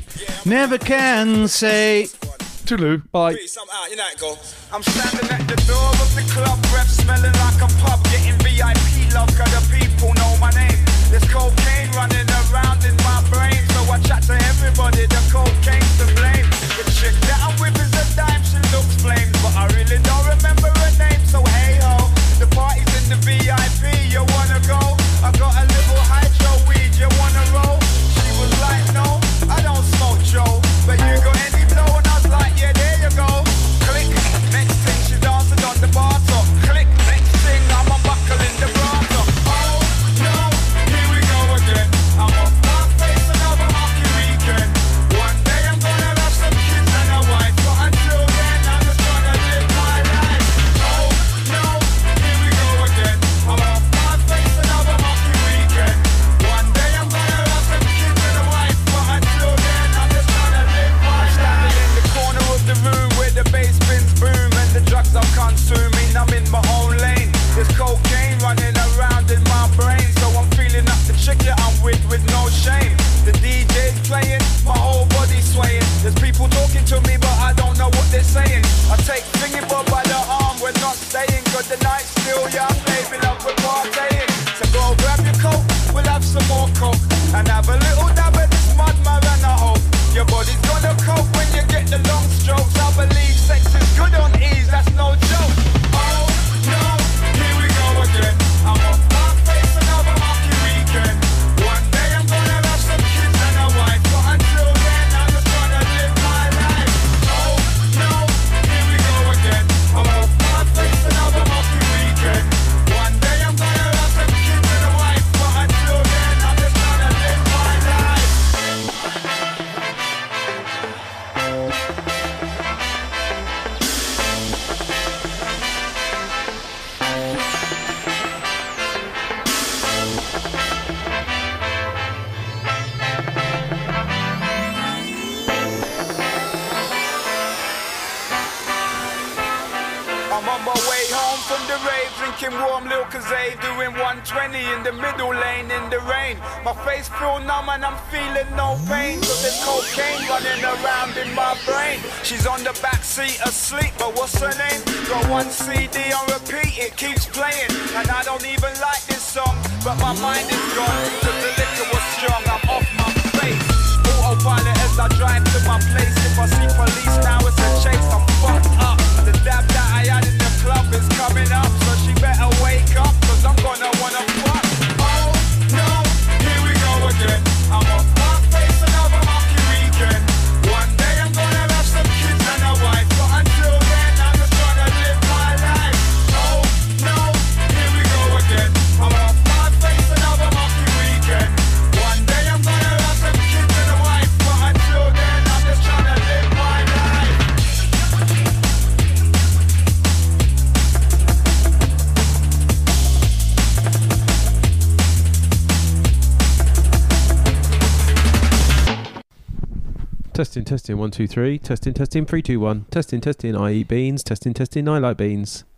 Never can say. Toodaloo. Bye. Peace, I'm out, you know how it go. I'm standing at the door of the club, rep smelling like a pub, getting VIP love, cause the people know my name. There's cocaine running around in my brain, so I chat to everybody, the cocaine's to blame. The chick that I'm with is a dime, she looks flame, but I really don't remember her name, so hey ho. The party's in the VIP, you wanna go? I got a little hydro weed, you wanna roll? She was like, no, I don't smoke Joe, but you got any blow, and I was like, yeah, there you go. Click, next thing she dancing on the bar top. Click, next thing I'm unbuckling the bra top. Oh no, here we go again. Oh, Oh, from the rave, drinking warm Lil Kazay, doing 120 in the middle lane in the rain. My face feel numb and I'm feeling no pain, but there's cocaine running around in my brain. She's on the back seat asleep, but what's her name? Got one CD on repeat, it keeps playing, and I don't even like this song, but my mind is gone, 'cause the liquor was strong, I'm off my face. Autopilot as I drive to my place, if I see police now it's a chase, I'm fucked up. The dab that I had in the club is coming up, so she better wake up, cause I'm gonna wanna fuck. Oh no, here we go again. I'm off my face another monkey weekend. One day I'm gonna have some kids and a wife, but until then I'm just gonna live my life. Oh no, here we go again. I'm off my face another monkey weekend. One day I'm gonna have some kids and a wife, but until then I'm just tryna live my life. Testing, testing, one, two, three. Testing, testing, three, two, one. Testing, testing, I eat beans. Testing, testing, I like beans.